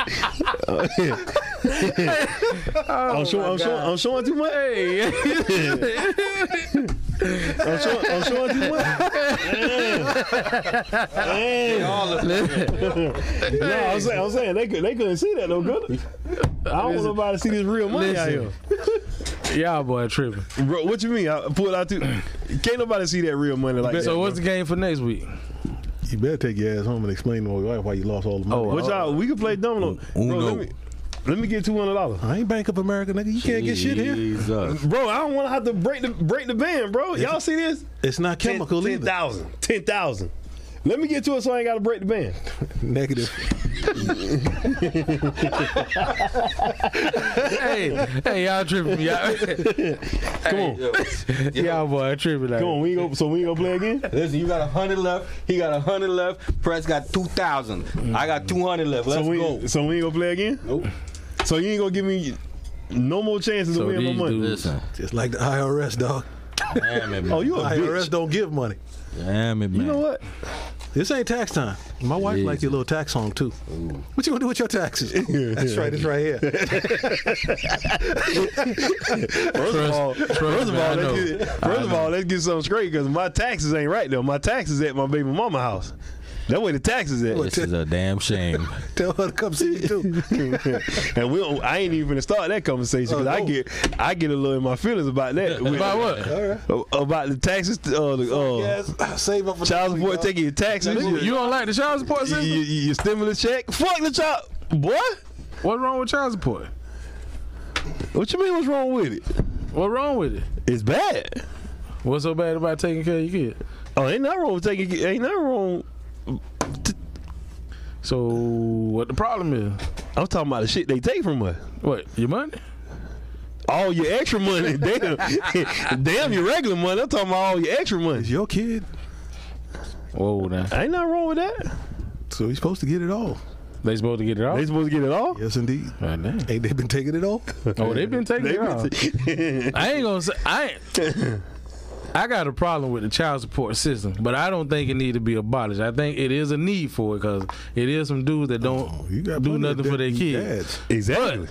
S1: I'm sure. I'm sure. I'm showing too much.
S2: Hey,
S1: I'm showing. I'm showing too much. No, I'm saying. I'm saying they could. They couldn't see that no good. I don't want nobody to see this real money out
S2: Listen.
S1: here.
S2: y'all boy tripping.
S1: Bro, what you mean? I pulled out too. Can't nobody see that real money like that.
S2: So what's the game for next week?
S4: you better take your ass home and explain to your wife why you lost all the
S2: Oh,
S4: money.
S1: What y'all? We can play domino. Bro,
S2: Uno.
S1: let me let me get two hundred dollars.
S4: I ain't Bank of America, nigga. You can't get shit here.
S3: Jesus.
S1: Bro, I don't want to have to break the break the band, bro. Y'all see this?
S4: It's not chemical
S1: ten
S4: either.
S1: thousand. Ten thousand. Let me get to it so I ain't got to break the band.
S4: Negative.
S2: hey, hey, y'all tripping. Y'all,
S1: Come on,
S2: y'all boy tripping. Like,
S1: come on. We ain't go, so we ain't gonna play again.
S3: Listen, you got a hundred left. He got a hundred left. Press got two thousand. I got two hundred left. Let's
S1: so we
S3: go.
S1: so we ain't gonna play again. Nope. So you ain't gonna give me no more chances
S2: So
S1: to win my
S2: these
S1: money.
S2: dudes-
S3: Listen,
S4: Just like the IRS, dog.
S3: damn it, man.
S1: Oh, you a bitch.
S4: IRS don't give money.
S3: damn it, man.
S1: You know what?
S4: This ain't tax time. My wife likes your little tax song too. What you gonna do with your taxes? That's right. It's right here.
S1: First of all, first of
S2: me, I
S1: all,
S2: know.
S1: let's get, first of all, let's get something straight because my taxes ain't right though. My taxes at my baby mama house. That way the taxes at.
S4: What?
S3: This is a damn shame.
S4: Tell her to come see you too.
S1: and we don't, I ain't even gonna start that conversation because
S4: Oh,
S1: I
S4: no.
S1: get I get a little in my feelings about that. with-
S2: About what?
S1: About the taxes, uh, the uh,
S4: yes. Save up for
S1: child
S4: next week,
S1: support
S4: dog.
S1: taking your taxes,
S2: You, you don't like the child support
S1: your,
S2: system?
S1: your, your stimulus check. Fuck the child, boy.
S2: What's wrong with child support?
S1: What you mean? What's wrong with it?
S2: What's wrong with it?
S1: It's bad.
S2: What's so bad about taking care of your kid?
S1: Oh, ain't nothing wrong with taking. Ain't nothing wrong.
S2: So what the problem is?
S1: I'm talking about the shit they take from us.
S2: What your money?
S1: All your extra money, damn, damn your regular money. I'm talking about all your extra
S4: It's
S1: money.
S4: your kid,
S2: Whoa, now
S1: Ain't nothing wrong with that.
S4: so he's supposed to get it all.
S2: they supposed to get it off.
S1: They supposed to get it all.
S4: Yes, indeed.
S2: God damn.
S4: Ain't they been taking it all?
S2: Oh, they've been taking
S1: They
S2: it off.
S1: been-
S2: I ain't gonna say I. Ain't, I got a problem with the child support system, but I don't think it need to be abolished. I think it is a need for it because it is some dudes that don't
S4: Oh, You got
S2: do
S4: plenty of
S2: nothing for their
S4: deadbeat
S2: kids.
S4: dads.
S1: exactly.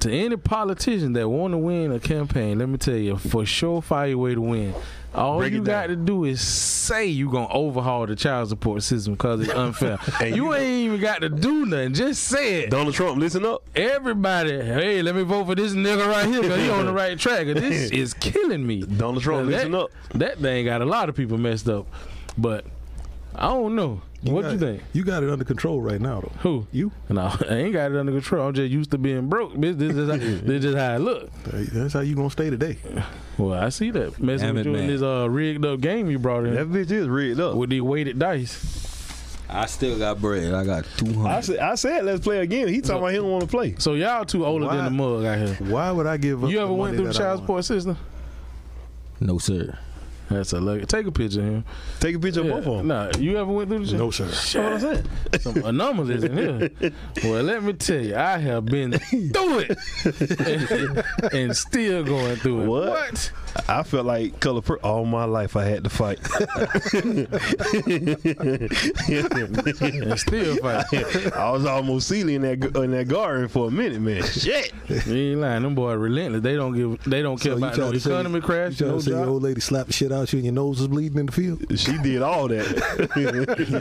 S2: To any politician that want to win a campaign, let me tell you, for sure, fire way to win. All
S1: Break it
S2: you
S1: down.
S2: got to do is say you gonna overhaul the child support system because it's unfair.
S1: And
S2: you,
S1: you
S2: ain't even got to do nothing. Just say it.
S1: Donald Trump, listen up.
S2: Everybody, hey, let me vote for this nigga right here because he on the right track. 'cause This is killing me.
S1: Donald Trump,
S2: Now,
S1: listen
S2: that,
S1: up.
S2: That thing got a lot of people messed up, but I don't know. what
S4: got
S2: you
S4: it-
S2: think?
S4: You got it under control right now, though.
S2: Who?
S4: You?
S2: No, I ain't got it under control. I'm just used to being broke. This, this is how, this is how I look.
S4: That's how you gonna stay today.
S2: Well, I see that messing
S3: Damn
S2: with
S3: it,
S2: you in
S3: man.
S2: this uh, rigged up game you brought in
S1: That bitch is rigged up.
S2: with the weighted dice.
S3: I still got bread. I got two
S1: I
S3: hundred.
S1: said, I said, let's play again. He talking about he don't want to play.
S2: So y'all two older
S4: Why?
S2: than the mug out here.
S4: Why would I give up?
S2: You
S4: the
S2: ever went
S4: money
S2: through the
S4: that I
S2: child support
S4: want?
S2: system?
S3: No sir.
S2: That's a lucky. Take a picture of him.
S1: Take a picture
S2: Yeah.
S1: of both of them.
S2: Nah, you ever went through the
S4: No, sir.
S2: Shut what I'm saying. Some anomalies in here. Well, let me tell you, I have been through it and, still going through it.
S1: What? I felt like color pur- all my life. I had to fight.
S2: And still fighting.
S1: I was almost sealing in that gu- in that garden for a minute, man. Shit.
S2: You ain't lying. Them boys relentless. They don't give. They don't care
S4: So you
S2: about no
S4: trying to say-
S2: economy
S4: You
S2: crash.
S4: trying
S2: No
S4: to say your
S2: job.
S4: old lady slapped the shit out you and your nose was bleeding in the field?
S1: She did all that.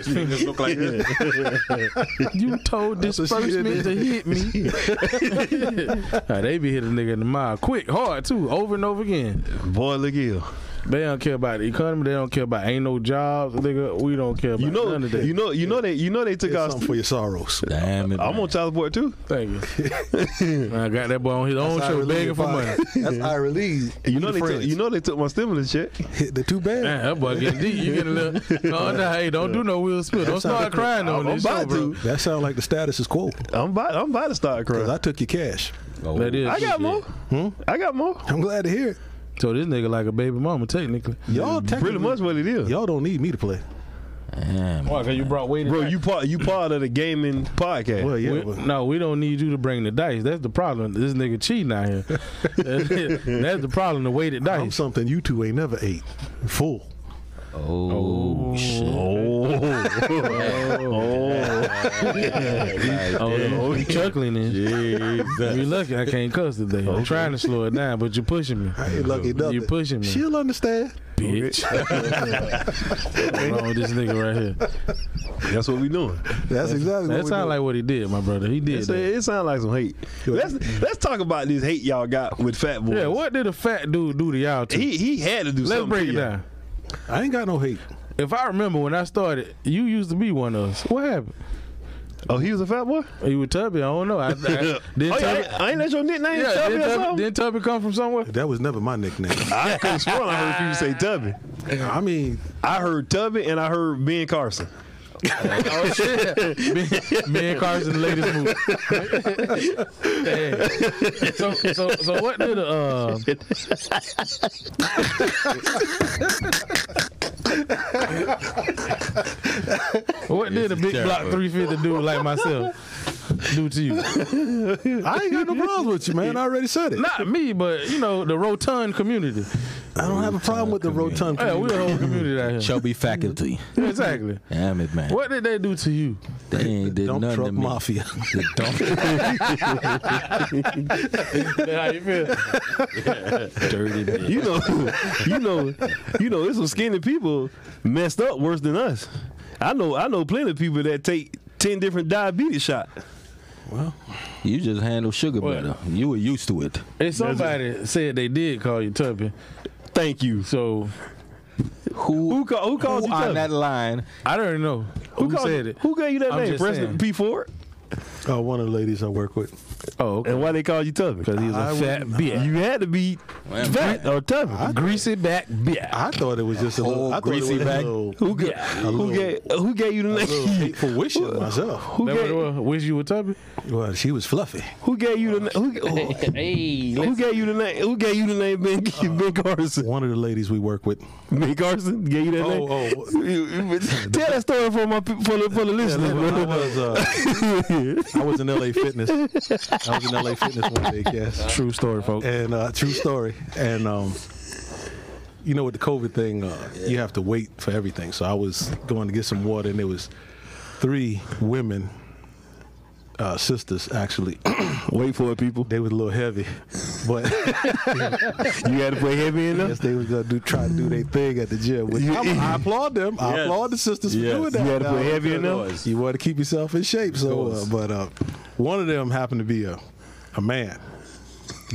S3: Fingers look like this.
S2: You told
S4: That's what she
S2: disbursement
S4: did.
S2: to hit me. Nah, they be hitting nigga in the mile quick, hard too, over and over again.
S1: Boy, look here.
S2: They don't care about the economy. They don't care about ain't no jobs. Nigga, we don't care about
S1: You know,
S2: none of that.
S1: you know, you know they, you know they took
S4: Here's
S1: our.
S4: something for your sorrows.
S3: Damn it.
S1: I'm on child support too.
S2: Thank you. I got that boy on his own
S4: That's
S2: show
S4: Ira Lee
S2: begging for
S4: Fire.
S2: money.
S4: That's Ira Lee.
S1: You know they, took,
S4: friends.
S1: you know they took my stimulus check.
S4: They're too bad.
S2: Damn, that boy getting deep. You getting a little. No, nah, hey, don't do no Will Smith. Don't start crying on
S1: I'm
S2: this show,
S1: about
S2: bro.
S1: to.
S4: That sounds like the status is quo.
S1: I'm about, I'm about to start
S4: Cause
S1: crying.
S4: I took your cash.
S3: Oh,
S2: That is.
S1: I got more. I got more.
S4: I'm glad to hear it.
S2: So this nigga like a baby mama technically.
S4: Y'all
S1: Pretty
S4: technically-
S1: much what it is.
S4: Y'all don't need me to play.
S3: Damn.
S2: Why? Cause you brought weighted.
S1: Bro, you part you part of the gaming podcast.
S4: Well, yeah.
S2: we,
S4: but-
S2: no, we don't need you to bring the dice. That's the problem. This nigga cheating out here. That's the problem. The weighted
S4: I'm
S2: dice.
S4: something you two ain't never ate. Full.
S3: Oh, shit.
S2: Oh, yeah. you chuckling and you lucky I can't cuss today. I'm trying to slow it down, but you're pushing me.
S4: I ain't lucky enough.
S2: You pushing me.
S4: She'll understand.
S2: bitch. What's wrong with this nigga right here?
S1: That's what we doing.
S4: That's exactly
S2: That
S4: what
S2: sounds like what he did, my brother. He did.
S1: It's
S2: that.
S1: it sounds like some hate. Let's let's talk about this hate y'all got with Fat Boy.
S2: Yeah, what did a fat dude do to y'all? Two?
S1: He he had to do
S2: Let's
S1: something.
S2: break it
S1: to y'all.
S2: down.
S4: I ain't got no hate.
S2: if I remember when I started, you used to be one of us. What happened?
S1: Oh, he was a fat boy.
S2: You were Tubby. I don't know. I, I,
S1: oh,
S2: didn't
S1: yeah,
S2: Tubby,
S1: I, I ain't that your nickname,
S2: yeah,
S1: Tubby
S2: didn't,
S1: or
S2: Tubby,
S1: something?
S2: didn't Tubby come from somewhere?
S4: That was never my nickname.
S1: I could have sworn I heard people say Tubby.
S4: I mean,
S1: I heard Tubby and I heard Ben Carson.
S2: Oh shit! me, me and Carson, the latest movie. Hey. So, so, so, what did uh? what did a big block three fifty dude like myself do to you?
S4: I ain't got no problems with you, man. I already said it.
S2: Not me, but you know the rotund community.
S4: I don't have a problem with the rotund.
S2: Yeah, we
S4: community.
S2: a whole community out here.
S5: Chubby faculty.
S2: Exactly.
S5: Damn it, man.
S2: What did they do to you?
S5: They ain't did
S4: Dump
S5: nothing
S4: truck
S5: to me.
S4: mafia.
S5: The dump
S2: How you feel?
S5: dirty bitch.
S1: You know, you know, you know. There's some skinny people messed up worse than us. I know, I know plenty of people that take ten different diabetes shots.
S5: You just handle sugar
S2: What?
S5: better. You were used to it.
S2: If somebody said they did call you Tuppy,
S1: Thank you.
S2: so
S5: Who,
S1: Who, call, who called
S5: who
S1: you?
S5: on
S1: Tubby?
S5: that line?
S2: I don't know who,
S1: called
S2: said
S1: you-
S2: it.
S1: Who gave you that
S2: I'm
S1: name?
S2: just
S1: President P
S2: saying.
S1: Ford.
S4: Oh, one of the ladies I work with.
S2: Oh, okay.
S1: And why they call you Tubby? Because
S4: was a I fat wouldn't- bitch.
S1: You had to be fat or Tubby.
S2: greasy back bitch.
S4: I thought it was just a
S5: whole
S4: little I thought it was
S5: greasy
S4: a
S5: bag.
S4: little,
S1: who, ga- who
S4: little-
S1: gave who gave you the
S4: little
S1: name?
S4: hateful wishes myself.
S1: Who
S2: That what it
S1: gave,
S2: was. Wish you were Tubby.
S4: Well, she was fluffy.
S1: who gave you the
S2: Oh,
S1: na- who, who, who gave you the name? Who gave you the name? Ben,
S2: Uh-huh.
S1: ben Carson.
S4: One of the ladies we work with.
S1: Ben Carson gave you that
S4: Oh,
S1: name.
S4: oh.
S1: Tell that story for my pe- for the, for the listeners.
S4: Well,
S1: bro.
S4: I was, uh, I was in LA Fitness. I was in LA Fitness one day, yes.
S2: True story, folks.
S4: And uh, true story. And um, you know, with the COVID thing, uh, you have to wait for everything. So I was going to get some water, and there was three women, uh, sisters actually.
S1: Wait for it, people.
S4: they was a little heavy, but
S1: You had to play heavy
S4: I
S1: enough.
S4: guess they was gonna do try to do their thing at the gym. Which I'm- I applaud them. I
S3: Yes.
S4: applaud the sisters
S3: Yes.
S4: for doing
S1: You
S4: that.
S1: had to
S4: Now,
S1: play heavy
S3: good
S1: enough.
S3: lord.
S4: you want to keep yourself in shape. So, uh,
S3: course.
S4: but uh, one of them happened to be a a man.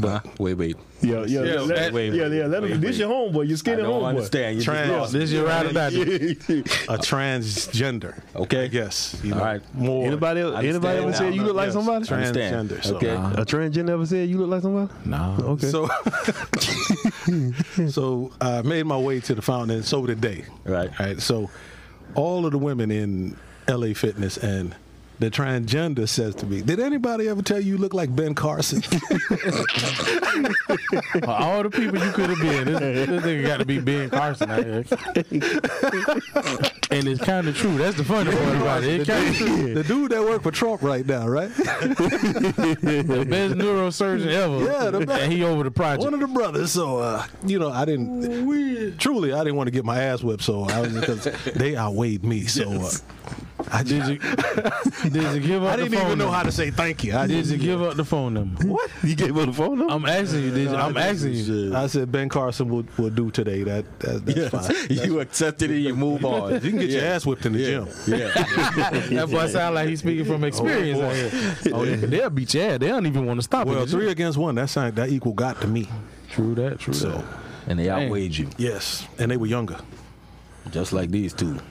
S5: Huh? Wait, wait.
S1: Yeah, yeah,
S2: Yeah,
S1: let-
S2: wait,
S3: wait,
S1: yeah, yeah. Let
S3: wait,
S1: him, this
S3: wait.
S1: your homeboy. You
S3: I
S1: skinny
S3: don't
S1: homeboy.
S3: understand. You
S4: Trans-
S3: just lost.
S2: this your ride or die. dude.
S4: a transgender.
S3: Okay.
S4: I guess. You know,
S3: All right.
S4: More
S1: Anybody, anybody ever
S3: understand
S1: said
S3: now.
S1: you look like
S4: Yes,
S1: somebody?
S3: Understand.
S4: Transgender. So,
S3: Okay.
S1: A transgender ever said you look like somebody?
S2: Nah.
S1: Okay.
S4: So, so I made my way to the fountain, and so did they.
S3: Right.
S4: All right. So, all of the women in LA Fitness and the transgender says to me, "Did anybody ever tell you you look like Ben Carson?"
S2: Of All the people you could have been. This, this nigga got to be Ben Carson out here. and it's kind of true. That's the funny part about it. It's kind of true.
S4: the dude that worked for Trump right now, right?
S2: The best neurosurgeon ever.
S4: Yeah, the best.
S2: And he over the project.
S4: One of the brothers. So, uh, you know, I didn't. Truly, I didn't want to get my ass whipped. So, I was because they outweighed me. So, uh, I
S2: Did
S4: just.
S2: you, did you give up
S4: I
S2: the phone
S4: didn't even know
S2: number?
S4: how to say thank you. I
S2: Did
S4: just-
S2: you give up the phone number?
S1: what? You gave her the phone number?
S2: I'm asking you. Did you, I'm asking you.
S4: I said Ben Carson will, will do today. That, that that's fine.
S3: you accepted it. You move on. You
S4: You can get your ass whipped in the gym.
S3: Yeah.
S2: That Oh, boy sound like he's speaking from experience. out here. Oh, they- they'll beat your ass. They don't even want to stop
S4: Well,
S2: it.
S4: three against one. That sound, that equal got to me.
S2: True that. True
S4: So
S5: And they outweighed you,
S4: yes, and they were younger.
S5: just like these two,
S2: that.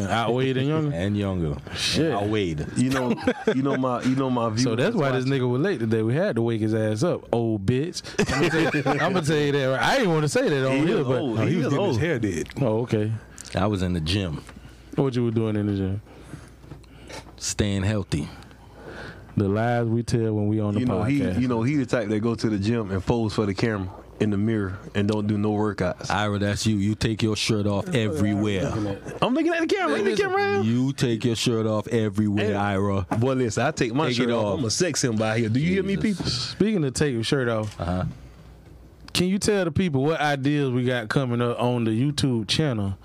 S2: Damn, outweighed the younger.
S5: and younger.
S2: Shit.
S5: Outweighed.
S1: you know, you know my, you know my view.
S2: So that's why this nigga was late today. We had to wake his ass up, old bitch. I'm gonna tell you, I'm gonna tell you that. Right. I didn't want to say that on
S1: He
S2: here,
S1: is
S2: but
S1: old.
S4: No, he,
S1: He
S4: was
S1: is
S4: getting his
S1: old.
S4: hair did.
S2: oh, okay.
S5: I was in the gym,
S2: What you were doing in the gym?
S5: staying healthy.
S2: The lies we tell when we on the
S1: You know he,
S2: podcast.
S1: you know he the type that go to the gym and pose for the camera in the mirror and don't do no workouts.
S5: Ira, that's you. You take your shirt off everywhere.
S1: I'm looking at the camera. Ain't the camera.
S5: You take your shirt off everywhere, Ira.
S1: Boy, listen, I take my
S5: Take it
S1: shirt off.
S5: off.
S1: I'm a sex him by here. Do you hear me, people?
S2: Speaking of take your shirt off,
S5: Uh-huh.
S2: can you tell the people what ideas we got coming up on the YouTube channel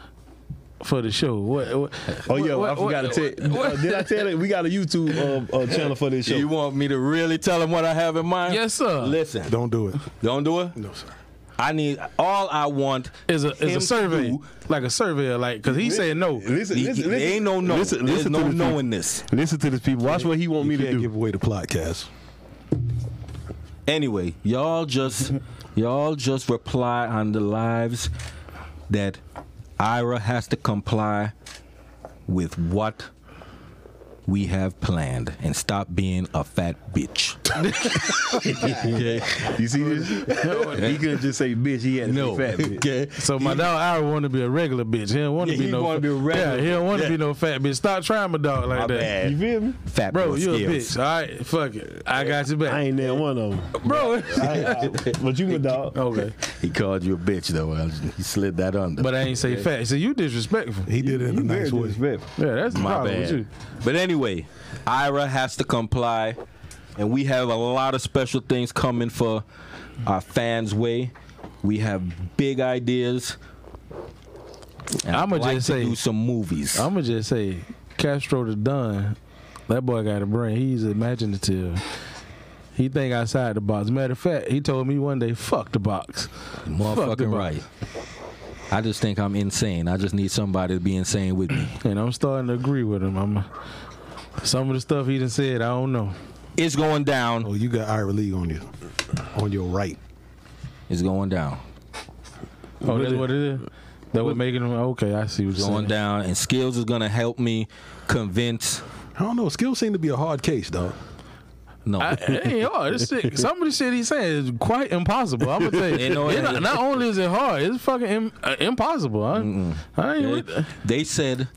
S2: for the show? What? what
S1: Oh yeah,
S2: what-
S1: I forgot
S2: what-
S1: to tell. Uh, did I tell you we got a YouTube um, uh, channel for this show?
S3: You want me to really tell him what I have in mind?
S2: Yes, sir.
S3: Listen,
S4: Don't do it.
S3: don't do it.
S4: No sir.
S3: I need all I want.
S2: is a is
S3: him
S2: a survey
S3: to-
S2: like a survey like because he said no.
S1: listen,
S3: He-
S1: listen,
S3: there
S1: listen.
S3: ain't no no.
S1: Listen,
S3: There's
S1: listen
S3: no
S1: to this
S3: knowing this.
S1: People. Listen to this, people. Watch what he want me
S4: You
S1: to
S4: can't
S1: do.
S4: give away the podcast.
S5: Anyway, y'all just y'all just reply on the lives that
S3: Ira has to comply with what we have planned and stop being a fat bitch. okay.
S1: You see this? he couldn't just say bitch. He had to
S3: No.
S1: say fat bitch.
S3: Okay.
S2: So my dog Ira want to be a regular bitch. He don't want to
S3: Yeah,
S2: be
S3: he
S2: no.
S3: wanna
S2: fa-
S3: be a regular
S2: Yeah, he don't want to
S3: bitch.
S2: be no fat bitch. Stop trying my dog like that.
S3: bad.
S1: You feel me?
S3: Fat
S2: Bro,
S3: boy
S2: you a
S3: skills.
S2: bitch. All right, fuck it. I got you back,
S1: I ain't that one of them.
S2: bro.
S1: But you my dog.
S2: okay,
S3: He called you a bitch though. I- He slid that under.
S2: but I ain't say fat. So you disrespectful.
S4: He did it in a nice way.
S2: Yeah, that's the
S3: My
S2: problem with
S3: bad.
S2: you.
S3: But anyway, Ira has to comply, and we have a lot of special things coming for our fans' way. We have big ideas. and
S2: I'ma
S3: I'd like
S2: just
S3: to
S2: say-
S3: do some movies.
S2: I'm gonna just say Castro the Don. That boy got a brain. He's imaginative. He think outside the box. Matter of fact, he told me one day, "Fuck the box." fuck the
S3: Motherfucking
S2: bu-
S3: right. I just think I'm insane. I just need somebody to be insane with me.
S2: And I'm starting to agree with him. I'm some of the stuff he done said, I don't know.
S3: It's going down.
S4: Oh, you got Ira League on you, on your right.
S3: It's going down.
S2: Oh, that's what it is. That was making him okay. I see what
S3: It's
S2: you're
S3: going
S2: saying.
S3: down. And Skills is gonna help me convince.
S4: I don't know. Skills seem to be a hard case, dog.
S3: No,
S2: I, it ain't hard. This shit, some of the shit he's saying is quite impossible. I'm gonna tell you.
S3: Ain't no
S2: It
S3: way.
S2: not, not only is it hard, it's fucking im, uh, impossible. I, I ain't
S3: They,
S2: with that.
S3: they said,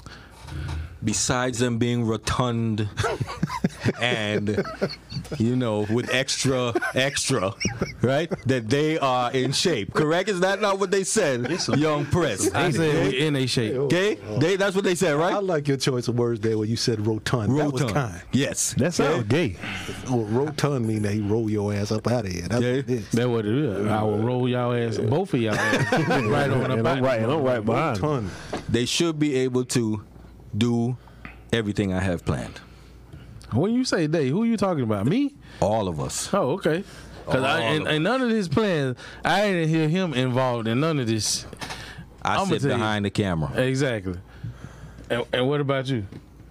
S3: besides them being rotund and, you know, with extra, extra, right? That they are in shape. Correct? Is that not what they said, Young Press?
S2: I said we in a shape.
S3: Okay? They, that's what they said,
S4: I
S3: right?
S4: like your choice of words there when you said rotund. That was kind.
S3: Yes.
S1: That sounds gay.
S4: Well, rotund mean that he roll your ass up out of here. That's what it
S3: Yeah.
S4: is.
S2: That what it is. I will roll y'all ass, both of y'all, ass, right on up
S1: And
S2: out.
S1: I'm right. And I'm right behind. him.
S4: Rotund.
S3: They should be able to do everything I have planned.
S2: When you say they, who you talking about? Me?
S3: All of us.
S2: Oh, okay. Cause I,
S3: All
S2: and,
S3: of us.
S2: and none of his plans, I didn't hear him involved in none of this.
S3: I
S2: I'ma
S3: sit
S2: tell you.
S3: behind the camera.
S2: Exactly. And, and what about you?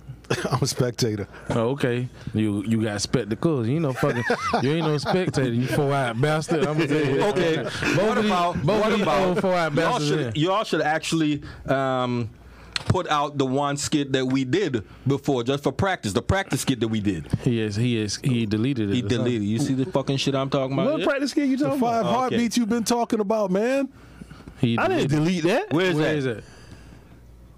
S4: I'm a spectator.
S2: Oh, okay. You you got spectacles. You know fucking. you ain't no spectator. You four eyed bastard. I'm gonna tell you.
S3: Okay.
S2: Both
S3: what
S2: of these,
S3: about
S2: both
S3: what
S2: of these old
S3: about
S2: four eyed
S3: y'all
S2: bastards?
S3: should,
S2: in.
S3: y'all should actually um, put out the one skit that we did before just for practice. The practice skit that we did.
S2: He is. He is. He deleted it.
S3: He
S2: or something.
S3: deleted. You see the fucking shit I'm talking about?
S1: What practice kid you talking
S4: Five
S1: about?
S4: heartbeats you've been talking about, man.
S2: He
S1: I didn't delete
S2: deleted
S1: that.
S3: Where's
S2: Where
S3: that?
S2: is it?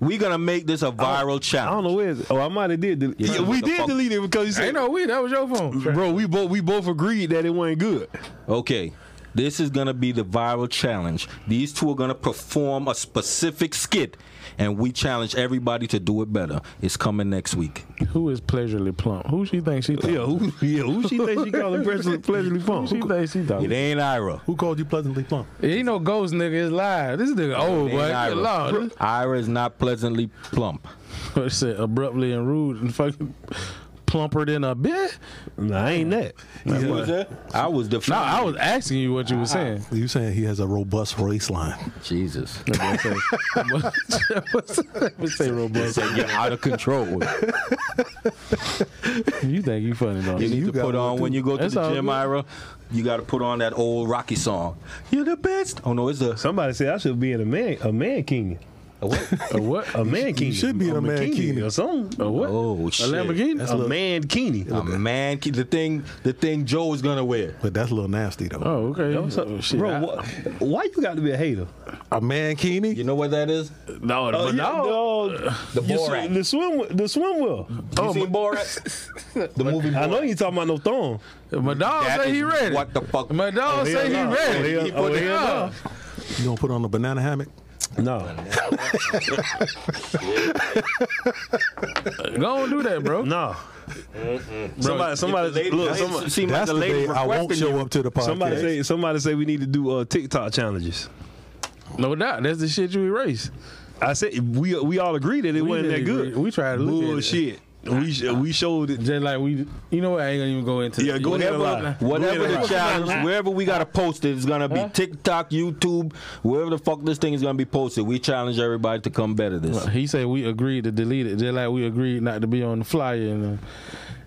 S3: We're gonna make this a viral
S1: I don't
S3: challenge.
S1: know where is it. Oh, I might have did. Delete.
S3: Yeah,
S1: Yeah,
S3: what
S1: we
S3: the
S1: did
S3: fuck?
S1: delete it because you said,
S2: Ain't no we. That was your phone.
S1: bro, we both we both agreed that it wasn't good.
S3: Okay. This is gonna be the viral challenge. These two are gonna perform a specific skit, and we challenge everybody to do it better. It's coming next week.
S2: Who is pleasurably plump? Who she think she? Thought?
S1: Yeah, who? Yeah, who she think she calling pleasure, pleasurely
S2: Who
S1: fun?
S2: she think she thought?
S3: It ain't Ira.
S4: Who called you pleasantly plump?
S2: He no ghost nigga. It's live. This nigga old
S3: It ain't
S2: boy. Good
S3: Ira.
S2: lord.
S3: Ira is not pleasantly plump.
S2: This- said abruptly and rude and fucking plumper than a bitch.
S1: Nah, I ain't that.
S3: I was
S2: No,
S3: defining.
S2: I was asking you what you were saying.
S4: You saying he has a robust race line?
S3: Jesus.
S2: That boy say- that boy say robust.
S3: You're out of control.
S2: You think you funny though?
S3: You need
S4: You
S3: to
S4: got
S3: put
S4: one
S3: on when
S4: too.
S3: you go to
S2: That's
S3: the
S2: all
S3: gym,
S2: good.
S3: Ira. You got to put on that old Rocky song. You're the best. Oh no, it's the
S1: Somebody said I should be in a man a man king,
S2: A what?
S1: a man king.
S4: should be in a mankini.
S1: or something.
S2: A what?
S3: Oh,
S2: A
S3: shit.
S2: Lamborghini?
S1: a man kini.
S3: Oh, man, keep- the thing, the thing Joe is gonna wear.
S4: But that's a little nasty though.
S2: Oh, okay. Oh, shit.
S1: Bro,
S2: I-
S1: wha- why you got to be a hater?
S4: A mankini?
S3: You know what that is?
S2: No, but no.
S1: no,
S2: Uh,
S3: The
S1: You see-
S3: Borat.
S1: the swim, the swim well.
S3: You seen Borat? the movie.
S1: I know you talking about no thong.
S2: My dog
S3: That
S2: say he
S3: is
S2: ready.
S3: what the fuck-
S2: My dog
S1: Oh,
S2: say he
S1: hell no.
S2: ready.
S1: Oh, hell-
S2: He
S1: oh,
S2: put it
S1: hell
S2: up.
S4: You gonna put on a banana hammock?
S1: No,
S2: Go and do that, bro.
S1: no. Somebody, somebody, look, somebody,
S3: seems
S4: That's
S3: like
S4: the,
S3: the lady
S4: day I won't show up to the podcast.
S1: somebody say, somebody say we need to do uh, TikTok challenges.
S2: No doubt. That's the shit you erase.
S1: I said we we all agree that it
S2: We
S1: wasn't that
S2: didn't
S1: good.
S2: agree. We tried to look at it.
S1: Bullshit. We sh- we showed it.
S2: Just like we, you know what? I ain't gonna even go into.
S1: Yeah,
S2: that.
S1: go ahead and lie.
S3: Whatever
S1: Go
S3: the
S1: ahead.
S3: challenge, wherever we gotta post it, it's gonna be TikTok, YouTube, wherever the fuck this thing is gonna be posted. We challenge everybody to come better this.
S2: He said we agreed to delete it, just like we agreed not to be on the flyer and uh,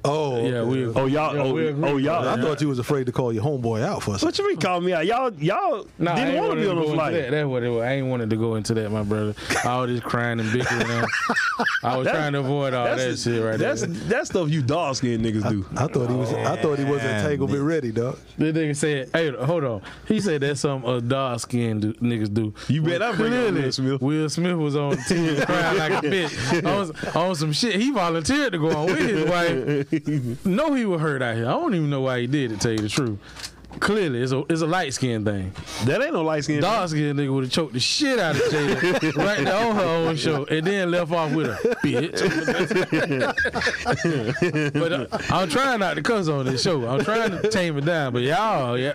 S4: Oh,
S2: Yeah, we.
S1: Oh y'all.
S2: Yeah,
S1: oh,
S2: we agree
S1: oh y'all.
S4: I thought you was afraid to call your homeboy out for a second.
S1: What you mean call me out? Y'all y'all
S2: Nah, I
S1: didn't
S2: ain't
S1: want to
S2: wanted
S1: be on
S2: go
S1: the
S2: into
S1: flight.
S2: That. That's what it was. I ain't wanted to go into that, my brother. All this crying and bickering. and- I was
S1: That-
S2: trying to avoid all Oh, that shit right
S1: that's
S2: there.
S1: that stuff you dog skinned niggas do.
S4: I thought he was. I thought he wasn't tangled bit ready, dog.
S2: The nigga said, "Hey, hold on." He said that's something us dark skinned do, niggas do.
S1: You bet I bring up
S2: clearly
S1: Will Smith.
S2: Will Smith was on TV crying like a bitch on, on some shit. He volunteered to go on with his wife. No, he was hurt out here. I don't even know why he did it. To tell you the truth, clearly it's a it's a light skinned thing.
S1: That ain't no light skin.
S2: Dark skinned nigga would have choked the shit out of Jada right there on her own show and then left off with a bitch. but uh, I'm trying not to cuss on this show. I'm trying to tame it down, but y'all, yeah,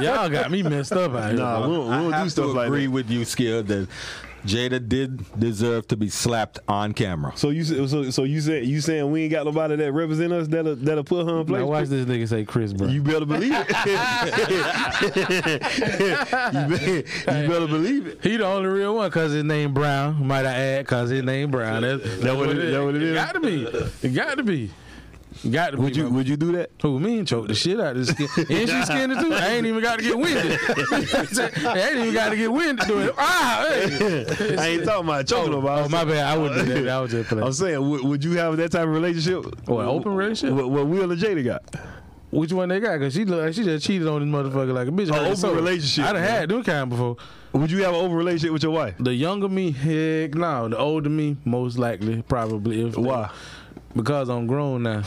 S2: y'all got me messed up out here.
S1: Nah, we don't, we
S5: I
S1: don't
S5: have
S1: do stuff
S5: to
S1: like
S5: agree
S1: that.
S5: with you, Skill, that Jada did deserve to be slapped on camera.
S1: So you s- so so you said you saying we ain't got nobody that represent us that'll that'll put her in place.
S2: Now watch this nigga say Chris Brown.
S1: You better believe it. you, be- you better believe it.
S2: he the only real one because his name Brown. Might I add, because his name Brown. That, that
S1: what it- that what it is?
S2: Got to be. It got to be. Got to be.
S1: Would you
S2: my
S1: would you do that?
S2: Who me and choke the shit out of this skin. And she skinny too. I ain't even got to get winded. I ain't even got to get winded doing it. Ah, hey.
S1: I ain't talking about choking
S2: Oh,
S1: nobody.
S2: oh, my bad. I wouldn't do that. I was just playing.
S1: I'm saying, would, would you have that type of relationship?
S2: Oh, What, open relationship?
S1: What, what Will and Jada got?
S2: Which one they got? Because she look like she just cheated on this motherfucker like a bitch. Hurt
S1: open
S2: soul.
S1: relationship,
S2: I done
S1: man.
S2: had them kind before.
S1: Would you have an open relationship with your wife?
S2: The younger me, heck no. The older me, most likely, probably. If they-
S1: Why?
S2: Because I'm grown now.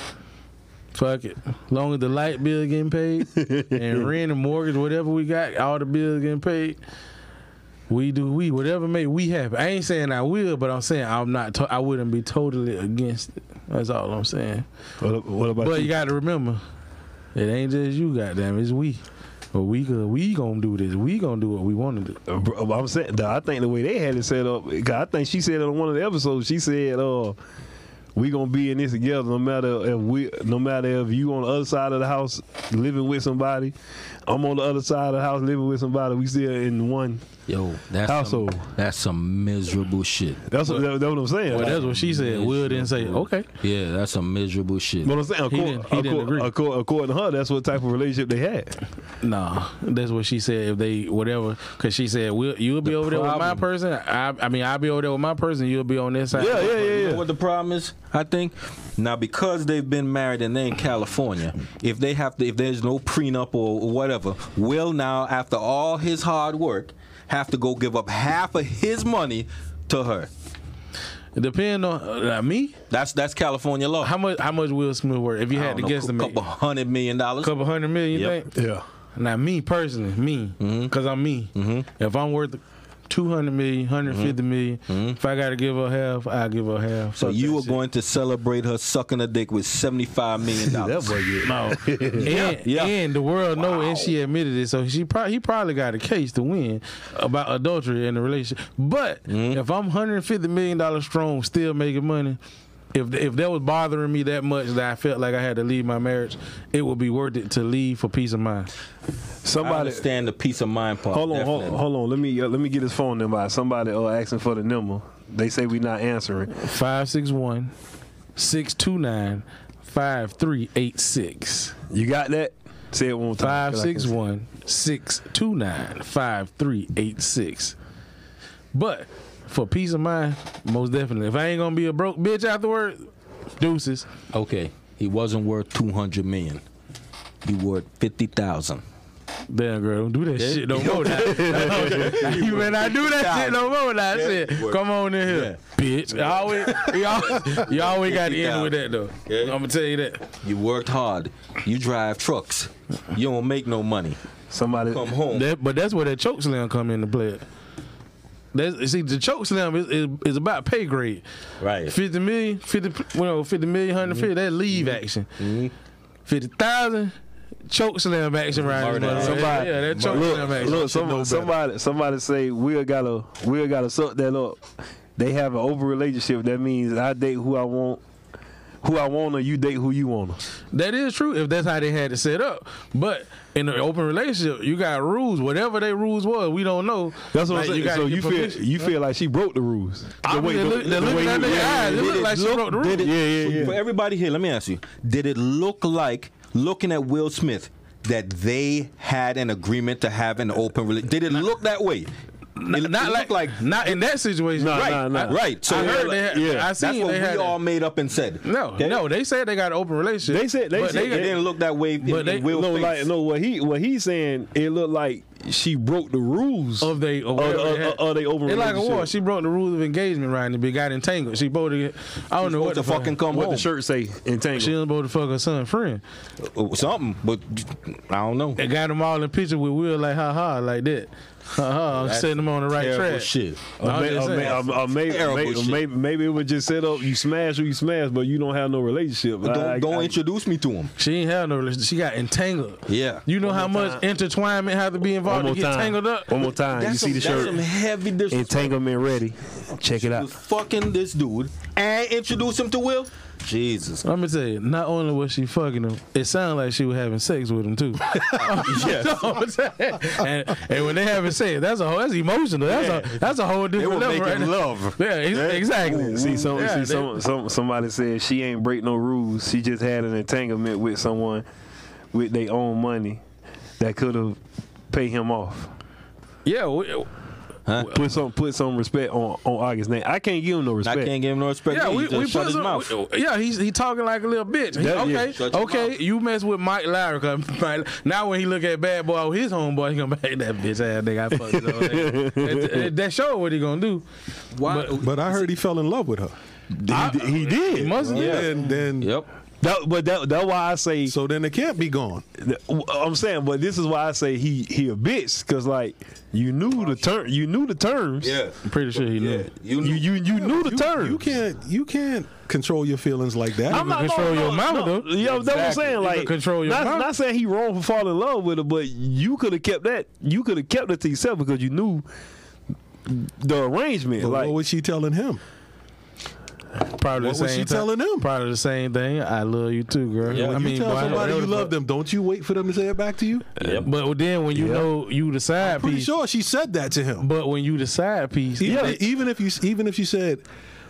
S2: Fuck it. Long as the light bill getting paid and rent and mortgage, whatever we got, all the bills getting paid. We do we whatever make we happy. I ain't saying I will, but I'm saying I'm not. To- I wouldn't be totally against it. That's all I'm saying.
S1: What, what about
S2: But
S1: you?
S2: you got to remember, it ain't just you. Goddamn, it's we. But we go- we gonna do this. We gonna do what we want to do.
S1: Uh, bro, I'm saying, the- I think the way they had it set up, 'cause I think she said it on one of the episodes. She said, "Uh, we gonna be in this together, no matter if we, no matter if you on the other side of the house living with somebody, I'm on the other side of the house living with somebody. We still in one
S5: Yo, that's
S1: household.
S5: Some, that's some miserable shit.
S1: That's what, that, that's what I'm saying.
S2: Well, that's what she said. Will didn't say okay.
S5: Yeah, that's some miserable shit.
S1: But I'm saying,
S2: He
S1: according,
S2: didn't- he didn't
S1: according-
S2: agree.
S1: according- according to her, that's what type of relationship they had.
S2: Nah, that's what she said. If they whatever, because she said we'll, you'll be over there with my
S5: problem-
S2: person. I, I mean, I'll be over there with my person. You'll be on this side.
S1: Yeah, yeah, yeah,
S5: You know
S1: yeah.
S5: what the problem is? I think now because they've been married and they're in California, if they have to, if there's no prenup or whatever, will now after all his hard work have to go give up half of his money to her.
S2: Depend on uh, me.
S5: That's that's California law.
S2: How much? How much Will Smith worth? If you
S5: I
S2: had
S5: don't
S2: to
S5: know,
S2: guess the
S5: a couple
S2: couple,
S5: hundred million dollars.
S2: couple hundred million. You
S5: Yep. Mm-hmm.
S2: think?
S1: Yeah.
S2: Now me personally, me, because I'm me. If I'm worth 200 million, 150 million, if I got to give her half, I'll give her half.
S5: Mm-hmm. So
S2: Fuck
S5: you
S2: that
S5: are
S2: shit.
S5: going to celebrate her sucking a dick with seventy-five million
S1: That
S5: dollars.
S1: boy, yeah.
S2: No, and,
S5: yeah.
S2: and the world know, and she admitted it. So she probably he probably got a case to win about adultery in the relationship. But if I'm 150 million dollars strong, still making money, if if that was bothering me that much that I felt like I had to leave my marriage, it would be worth it to leave for peace of mind.
S5: I
S1: Somebody,
S5: understand the peace of mind part.
S1: Hold on, hold,
S5: definitely.
S1: hold on. Let me uh, let me get his phone number. out. Somebody uh, asking for the number. They say we not answering.
S2: 561 629 5386.
S1: You got that? Say it one more time.
S2: 561 629 5386. But for peace of mind, most definitely. If I ain't gonna be a broke bitch afterward, deuces.
S5: Okay, he wasn't worth two hundred million. He worth fifty thousand.
S2: Damn, girl, don't do that shit no more. now. you better not do that shit no more. Now. I said, come on in here, bitch. You always, you always, you always got to end with that, though. I'm gonna tell you that.
S5: You worked hard. You drive trucks. You don't make no money.
S1: Somebody.
S5: Come home.
S2: That, but that's where that choke slam come into play. That's, see, the choke slam is, is, is about pay grade.
S5: Right.
S2: 50 million, 50, well, 50 million, 150, that leave
S1: Mm-hmm.
S2: action. 50,000, choke slam action right
S5: Murder.
S2: now.
S1: Somebody.
S2: yeah, that choke slam
S1: look,
S2: action.
S1: look somebody, somebody. Somebody say we gotta we gotta suck that up. They have an open relationship. That means I date who I want. who I wanna, you date who you wanna.
S2: That is true if that's how they had it set up. But in an open relationship, you got rules. Whatever they rules was, we don't know.
S1: That's what
S2: Like,
S1: I'm saying.
S2: gotta
S1: so
S2: get
S1: you feel
S2: permission.
S1: you feel like she broke the rules.
S2: I mean, they look- they look
S1: way you-
S2: at that nigga eyes. It
S3: Did
S2: looked like she broke the rules.
S3: did it-
S1: Yeah, yeah, yeah.
S3: For everybody here, let me ask you: Did it look like looking at Will Smith that they had an agreement to have an open relationship? Did it look that way?
S2: N-
S3: it,
S2: not
S3: it
S2: like,
S3: looked like
S2: not in that situation.
S1: Nah,
S2: right,
S1: nah, nah.
S2: I-
S3: right. So
S2: I heard they had,
S1: yeah,
S2: I
S3: that's
S2: seen
S3: what
S2: they
S3: we
S2: had.
S3: all made up and said.
S2: no, no, they said they got an open relationship.
S1: They said- they
S2: but
S1: said
S3: it
S2: got-
S1: they-
S3: didn't look that way.
S2: But
S3: in,
S2: they-
S3: in Will's
S1: no,
S3: face.
S1: like no, what he what he's saying, it looked like she broke the rules
S2: of they or
S1: of,
S2: whatever
S1: of,
S2: they
S1: of,
S2: had.
S1: of they open
S2: It's like a
S1: relationship.
S2: war. She broke the rules of engagement, right? And got entangled. She both. I don't know what
S3: supposed to
S2: the fuck-
S3: fucking come
S1: what
S3: home.
S1: the shirt say entangled.
S2: She was supposed to fuck her son friend.
S3: Oh, something, but I don't know.
S2: They got them all in picture with Will like ha ha like that. Ha ha. I'm setting them on the right
S3: terrible
S2: track.
S3: shit.
S2: I'm
S1: May-
S2: just
S1: or may-
S2: saying.
S1: or- or may-
S3: Terrible
S1: may-
S3: shit.
S1: may- Maybe it was just set up. You smash who you smash, but you don't have no relationship.
S3: Don't
S1: I-
S3: don't
S1: I-
S3: introduce me to him.
S2: She ain't have no relationship. She got entangled.
S3: Yeah.
S2: You know how much intertwinement have to be
S1: One
S2: involved
S1: more
S2: to get
S1: time.
S2: tangled up?
S1: One more time. You
S3: That's
S1: see
S3: some,
S1: the
S3: that's some
S1: shirt.
S3: heavy disrespect.
S1: Entanglement ready. Check it out.
S3: was fucking this dude and introduce him to Will. Jesus.
S2: I'm gonna tell you, not only was she fucking him, it sounded like she was having sex with him too. yes. and, and when they having sex, that's a whole that's emotional. That's a that's a whole different
S5: were
S2: level
S5: making
S2: right now.
S5: love.
S2: Yeah, ex- exactly.
S1: See, some,
S2: Yeah,
S1: see
S2: they-
S1: some, some, somebody said she ain't break no rules. She just had an entanglement with someone with their own money that could have paid him off.
S2: Yeah, we,
S1: Put some put some respect on on August name. I can't give him no
S3: I
S1: respect.
S3: can't give him no respect.
S2: Yeah,
S3: He
S2: we,
S3: just
S2: we
S3: shut
S2: put
S3: his
S2: some,
S3: mouth.
S2: we- Yeah, he's he talking like a little bitch. He-
S1: That- yeah,
S2: okay,
S3: shut your
S2: okay,
S3: mouth.
S2: you mess with Mike Lyra. 'cause Mike- now when he look at Bad Boy, his homeboy, he gonna make that bitch ass nigga. I fucked it all day." that, that, that show what he gonna do?
S3: Why?
S4: But I heard he fell in love with her.
S1: He, he
S2: He
S1: did.
S2: must
S4: And
S2: yeah.
S4: then, then
S3: yep.
S1: That- but that that's why I say
S4: so then it can't be gone.
S1: I'm saying, but this is why I say he he a bitch because like you knew the term, you knew the terms.
S2: I'm pretty sure he knew.
S1: you you you, knew the
S4: You,
S1: terms.
S4: you can't you can't control your feelings like that.
S1: I'm not
S2: control
S1: no,
S2: your
S1: no,
S2: mouth,
S1: no.
S2: though.
S1: Yo, that's what I'm
S2: Exactly.
S1: saying.
S2: You
S1: Like
S2: can control your
S1: not,
S2: mouth.
S1: Not saying he wrong for falling in love with her, but you could have kept that. You could have kept it to yourself because you knew the arrangement.
S4: But
S1: like
S4: what was she telling him?
S2: Probably
S4: What
S2: the
S4: was
S2: same thing.
S4: she telling him?
S2: Probably the same thing. I love you too, girl.
S4: When
S2: I
S4: you
S2: mean,
S4: tell
S2: boy, I-
S4: somebody you love them, don't you wait for them to say it back to you?
S2: But then when you know you the side
S4: Pretty
S2: piece,
S4: sure she said that to him.
S2: but when you the side piece,
S4: Even,
S2: they-
S4: even if you even if you said,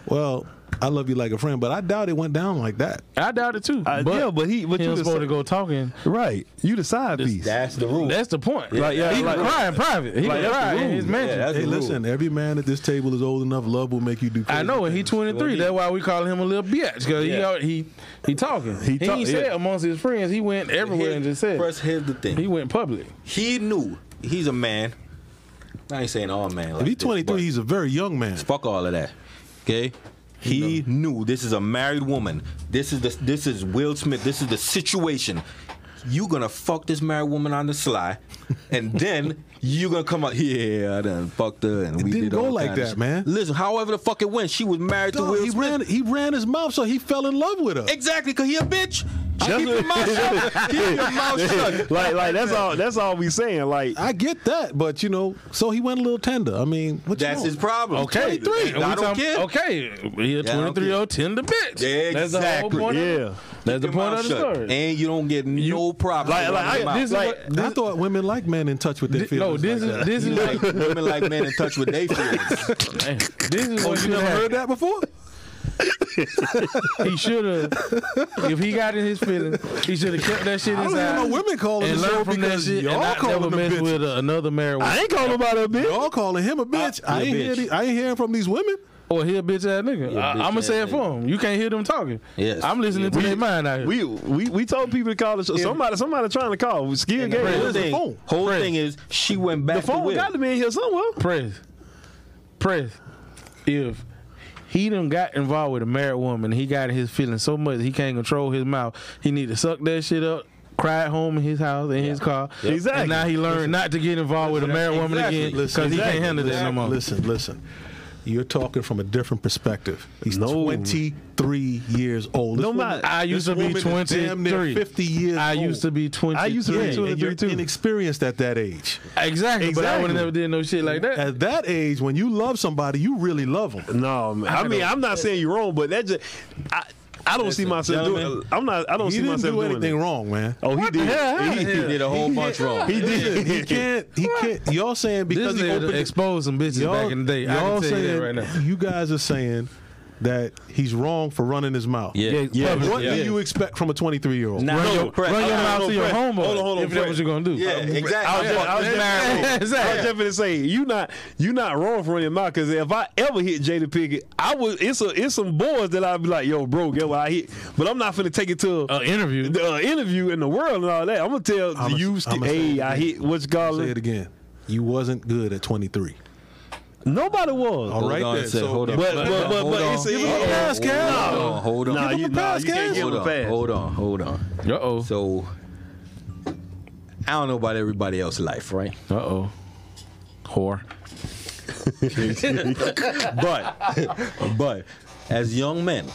S4: "Well, I love you like a friend," but I doubt it went down like that.
S2: I doubt it too.
S1: I- yeah, but he- but
S2: he
S1: you
S2: was
S1: the
S2: supposed
S1: si-
S2: to go talking.
S1: right, you the side piece.
S3: That's the rule.
S2: That's the point.
S1: Like, yeah,
S2: he
S1: like-
S2: can cry in private. He
S1: Like,
S2: can
S1: that's the
S2: cry in
S1: rule.
S2: his mansion.
S3: Yeah, that's
S4: Hey,
S3: the rule.
S4: listen, every man at this table is old enough. Love will make you do. Crazy
S2: I know, and he 23. That's why we call him a little bitch because
S3: Yeah.
S2: he he he talking. He,
S1: He talk-
S2: ain't said
S1: yeah.
S2: amongst his friends. He went everywhere
S3: Here-
S2: and just said
S3: First, here's the thing.
S2: he went public.
S3: He, knew he's a man. I ain't saying all man. Like
S4: If he's
S3: this,
S4: 23,
S3: but
S4: he's a very young man.
S3: fuck all of that. Okay. He knew this is a married woman. This is the this is Will Smith. This is the situation. You gonna fuck this married woman on the sly, and then you gonna come out. Yeah, I done fucked her, and we
S4: didn't
S3: did
S4: go
S3: all
S4: like
S3: kinda
S4: that,
S3: shit."
S4: man.
S3: Listen, however the fuck it went, she was married to
S4: Dog,
S3: Will
S4: he
S3: Smith.
S4: ran he ran his mouth, so he fell in love with her.
S3: Exactly, cause he a bitch. Keep your mouth shut. Keep your mouth shut.
S1: like like that's all that's all we saying. Like
S4: I get that, but you know, so he went a little tender. I mean, what
S3: That's
S4: you
S3: his
S4: want?
S3: problem.
S2: Okay,
S3: 23.
S2: And we
S3: I don't
S2: talking-
S3: care.
S2: Okay, he a
S3: Yeah, I don't
S2: 23 year old tender oh bitch.
S3: Yeah,
S2: That's the whole
S3: exactly.
S2: point. of-
S1: yeah,
S2: that's the
S3: Keep your
S2: point
S3: mouth
S2: of the
S3: shut.
S2: story.
S3: And you don't get no problem.
S1: Like- like, I-
S2: This is
S1: Like,
S2: what-
S4: I thought women like men in touch with their
S2: thi- no,
S4: feelings.
S2: this
S4: like
S2: is
S4: that.
S2: this is
S3: like women like men in touch with their feelings.
S2: man, this is what
S4: you
S2: should
S4: never
S2: have.
S4: heard that before.
S2: He should have. if he got in his feelings, he should have kept that shit
S4: I
S2: inside.
S4: don't hear no women calling
S2: and
S4: the show
S2: learned from that
S4: because
S2: shit and
S4: y'all
S2: not
S4: calling
S2: never
S4: them
S2: mess
S4: bitches.
S2: with uh, another married woman
S1: I ain't calling about a bitch.
S4: Y'all calling him a bitch. I,
S3: he a
S4: ain't hear
S3: bitch.
S4: the- I ain't hearing from these women.
S2: or he a bitch ass nigga.
S3: a
S2: I,
S3: bitch
S2: I'm gonna
S3: ass
S2: say it
S3: nigga.
S2: for him. You can't hear them talking.
S3: Yes.
S2: I'm listening to
S1: We-
S2: their mind out here.
S1: We we we told people to call the show. Somebody somebody trying to call. Skill
S3: And the whole
S1: game.
S3: thing,
S4: phone?
S3: whole thing is she went back
S1: The
S3: to
S1: phone
S3: Will.
S1: got to be in here somewhere.
S2: Press. Press. If he done got involved with a married woman, he got in his feelings so much he can't control his mouth. He need to suck that shit up. Cry at home in his house, in his car.
S1: Exactly.
S2: And now he learned not to get involved with a married woman
S3: Exactly.
S2: again because he can't handle that no more.
S4: Listen, listen. You're talking from a different perspective. He's
S1: No.
S4: 23 years old. This
S1: No matter-
S2: I used
S4: this
S2: to be
S4: woman is damn near
S2: 23.
S4: 50 years
S2: I used to
S4: old.
S2: be 23.
S1: I used to be
S4: Yeah, and you're
S1: 23 too.
S4: inexperienced at that age.
S2: Exactly, but I
S1: Exactly.
S2: would have never did no shit like that.
S4: At that age, when you love somebody, you really love them.
S1: No, man. I, mean,
S2: don't-
S1: I'm not saying you're wrong, but that just I, I don't see myself doing.
S3: gentlemen,
S1: I'm not. I don't
S4: He
S1: see
S4: didn't
S1: myself
S4: do
S1: doing
S4: anything
S1: it.
S4: wrong, man.
S1: Oh, he did.
S2: hell?
S1: He,
S3: He did a whole bunch wrong.
S1: he did.
S4: He can't. He can't. Y'all saying because
S2: This
S4: he
S2: nigga
S4: opened
S2: to
S4: the
S2: expose some bitches back in the day. I
S4: y'all
S2: can tell you
S4: saying-
S2: that right now.
S4: you guys are saying that he's wrong for running his mouth.
S3: Yeah,
S2: yeah,
S4: What
S3: yeah.
S4: do you expect from a 23 year old?
S3: Nah,
S2: Run
S3: no,
S2: your,
S3: press.
S2: run your
S3: Hold on,
S2: mouth
S1: hold
S2: to
S1: on,
S2: your
S1: Fred.
S2: homeboy.
S1: Hold on, hold on,
S2: if that's
S1: Fred.
S2: what you're gonna do.
S3: Yeah,
S1: I
S3: exactly.
S1: was, just, I, was just, I was
S2: exactly.
S1: just gonna say you not you not wrong for running mouth because if I ever hit Jada Pickett, I would it's a it's some boys that I'd be like, yo, bro, get what I hit, but I'm not finna take it to
S2: Uh, interview.
S1: the uh, interview in the world and all that. I'm gonna tell
S4: I'ma-
S1: you,
S4: I'ma say
S1: hey,
S4: it
S1: I
S4: again.
S1: hit what's called
S4: Say it again. You wasn't good at 23.
S1: Nobody was.
S4: All right,
S3: on a
S4: then.
S3: sec, hold on.
S1: But but but, but,
S3: Hold on.
S1: it's a,
S3: Give him
S4: a pass,
S1: it's-
S4: Cal.
S1: no.
S3: Hold on, hold on.
S1: Nah,
S3: Give
S1: you,
S4: him a
S1: nah,
S4: pass,
S1: you can't
S4: Cal.
S1: give him
S3: Hold
S1: a
S3: on,
S1: pass.
S3: hold on, hold on.
S2: Uh oh.
S3: So I don't know about everybody else's life, right?
S2: Uh oh. Whore.
S3: but but as young men,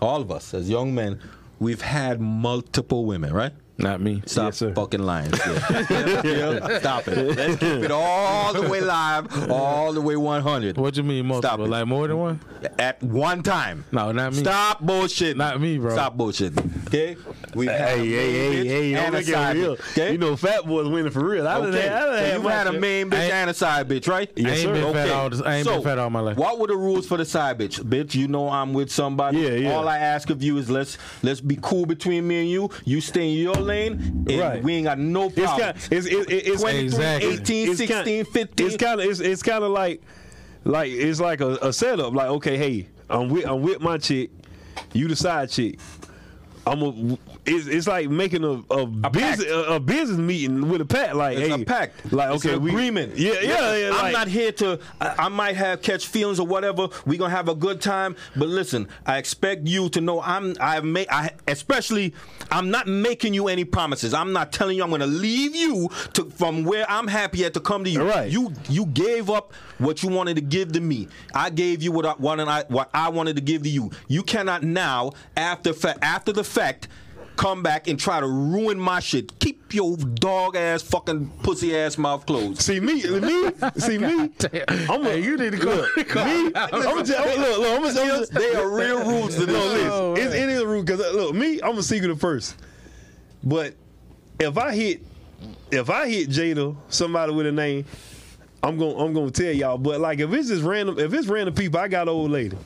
S3: all of us as young men, we've had multiple women, right?
S2: Not me.
S3: Stop fucking lying. Yeah. Yeah, Stop it. Let's keep it all the way live, all the way 100
S2: What you mean multiple?
S3: Stop it.
S2: like more than one?
S3: at one time.
S2: No, not me.
S3: Stop bullshit.
S2: Not me, bro.
S3: Stop bullshit. Okay? We
S1: Hey, hey, hey, hey,
S3: and
S1: don't
S3: a
S1: make it
S3: side
S1: real.
S3: bitch. Okay?
S1: You know, fat boys winning for real. I done
S3: Okay.
S1: had, I done
S3: So
S1: had
S3: you
S1: my
S3: had a
S1: shit.
S3: main bitch and a side bitch, right?
S2: I ain't been fat all this- I ain't
S3: so,
S2: been fat all my life.
S3: What were the rules for the side bitch? Bitch, you know I'm with somebody.
S1: Yeah, yeah.
S3: All I ask of you is let's let's be cool between me and you. You stay in your lane, and
S1: Right.
S3: we ain't got no
S1: It's
S3: problem.
S1: kind, it's it, it, it's
S3: 23,
S2: Exactly.
S3: 18,
S1: it's kinda-
S3: 16, 15.
S1: It's kind of it's it's kind of like like it's like a, a setup. Like okay, hey, I'm with I'm with my chick, you the side chick. I'm a. It's, it's like making a a, business a, a business meeting with a pact. Like
S3: It's
S1: hey,
S3: a pact.
S1: Like
S3: It's
S1: okay,
S3: an
S1: we,
S3: agreement.
S1: Yeah, yeah. yeah
S3: I'm
S1: like-
S3: not here to. I, I might have catch feelings or whatever. We gonna have a good time. But listen, I expect you to know I'm. I've made. I especially. I'm not making you any promises. I'm not telling you I'm gonna leave you to from where I'm happy at to come to you.
S1: Right.
S3: You you gave up what you wanted to give to me. I gave you what I wanted. I what I wanted to give to you. You cannot now after fa- after the fact. Come back and try to ruin my shit. Keep your dog ass, fucking pussy ass mouth closed.
S1: See me, me, see me. I'm a, you need to go. Look, me, I'm just, I'm, look, look, I'm just, I'm just,
S3: They are real rules to this.
S1: No, listen, it's, it is a rule because uh, look, me, I'm a secretive person. But if I hit, if I hit Jada, somebody with a name, I'm gonna, I'm gonna tell y'all. But like, if it's just random, if it's random people, I got an old lady.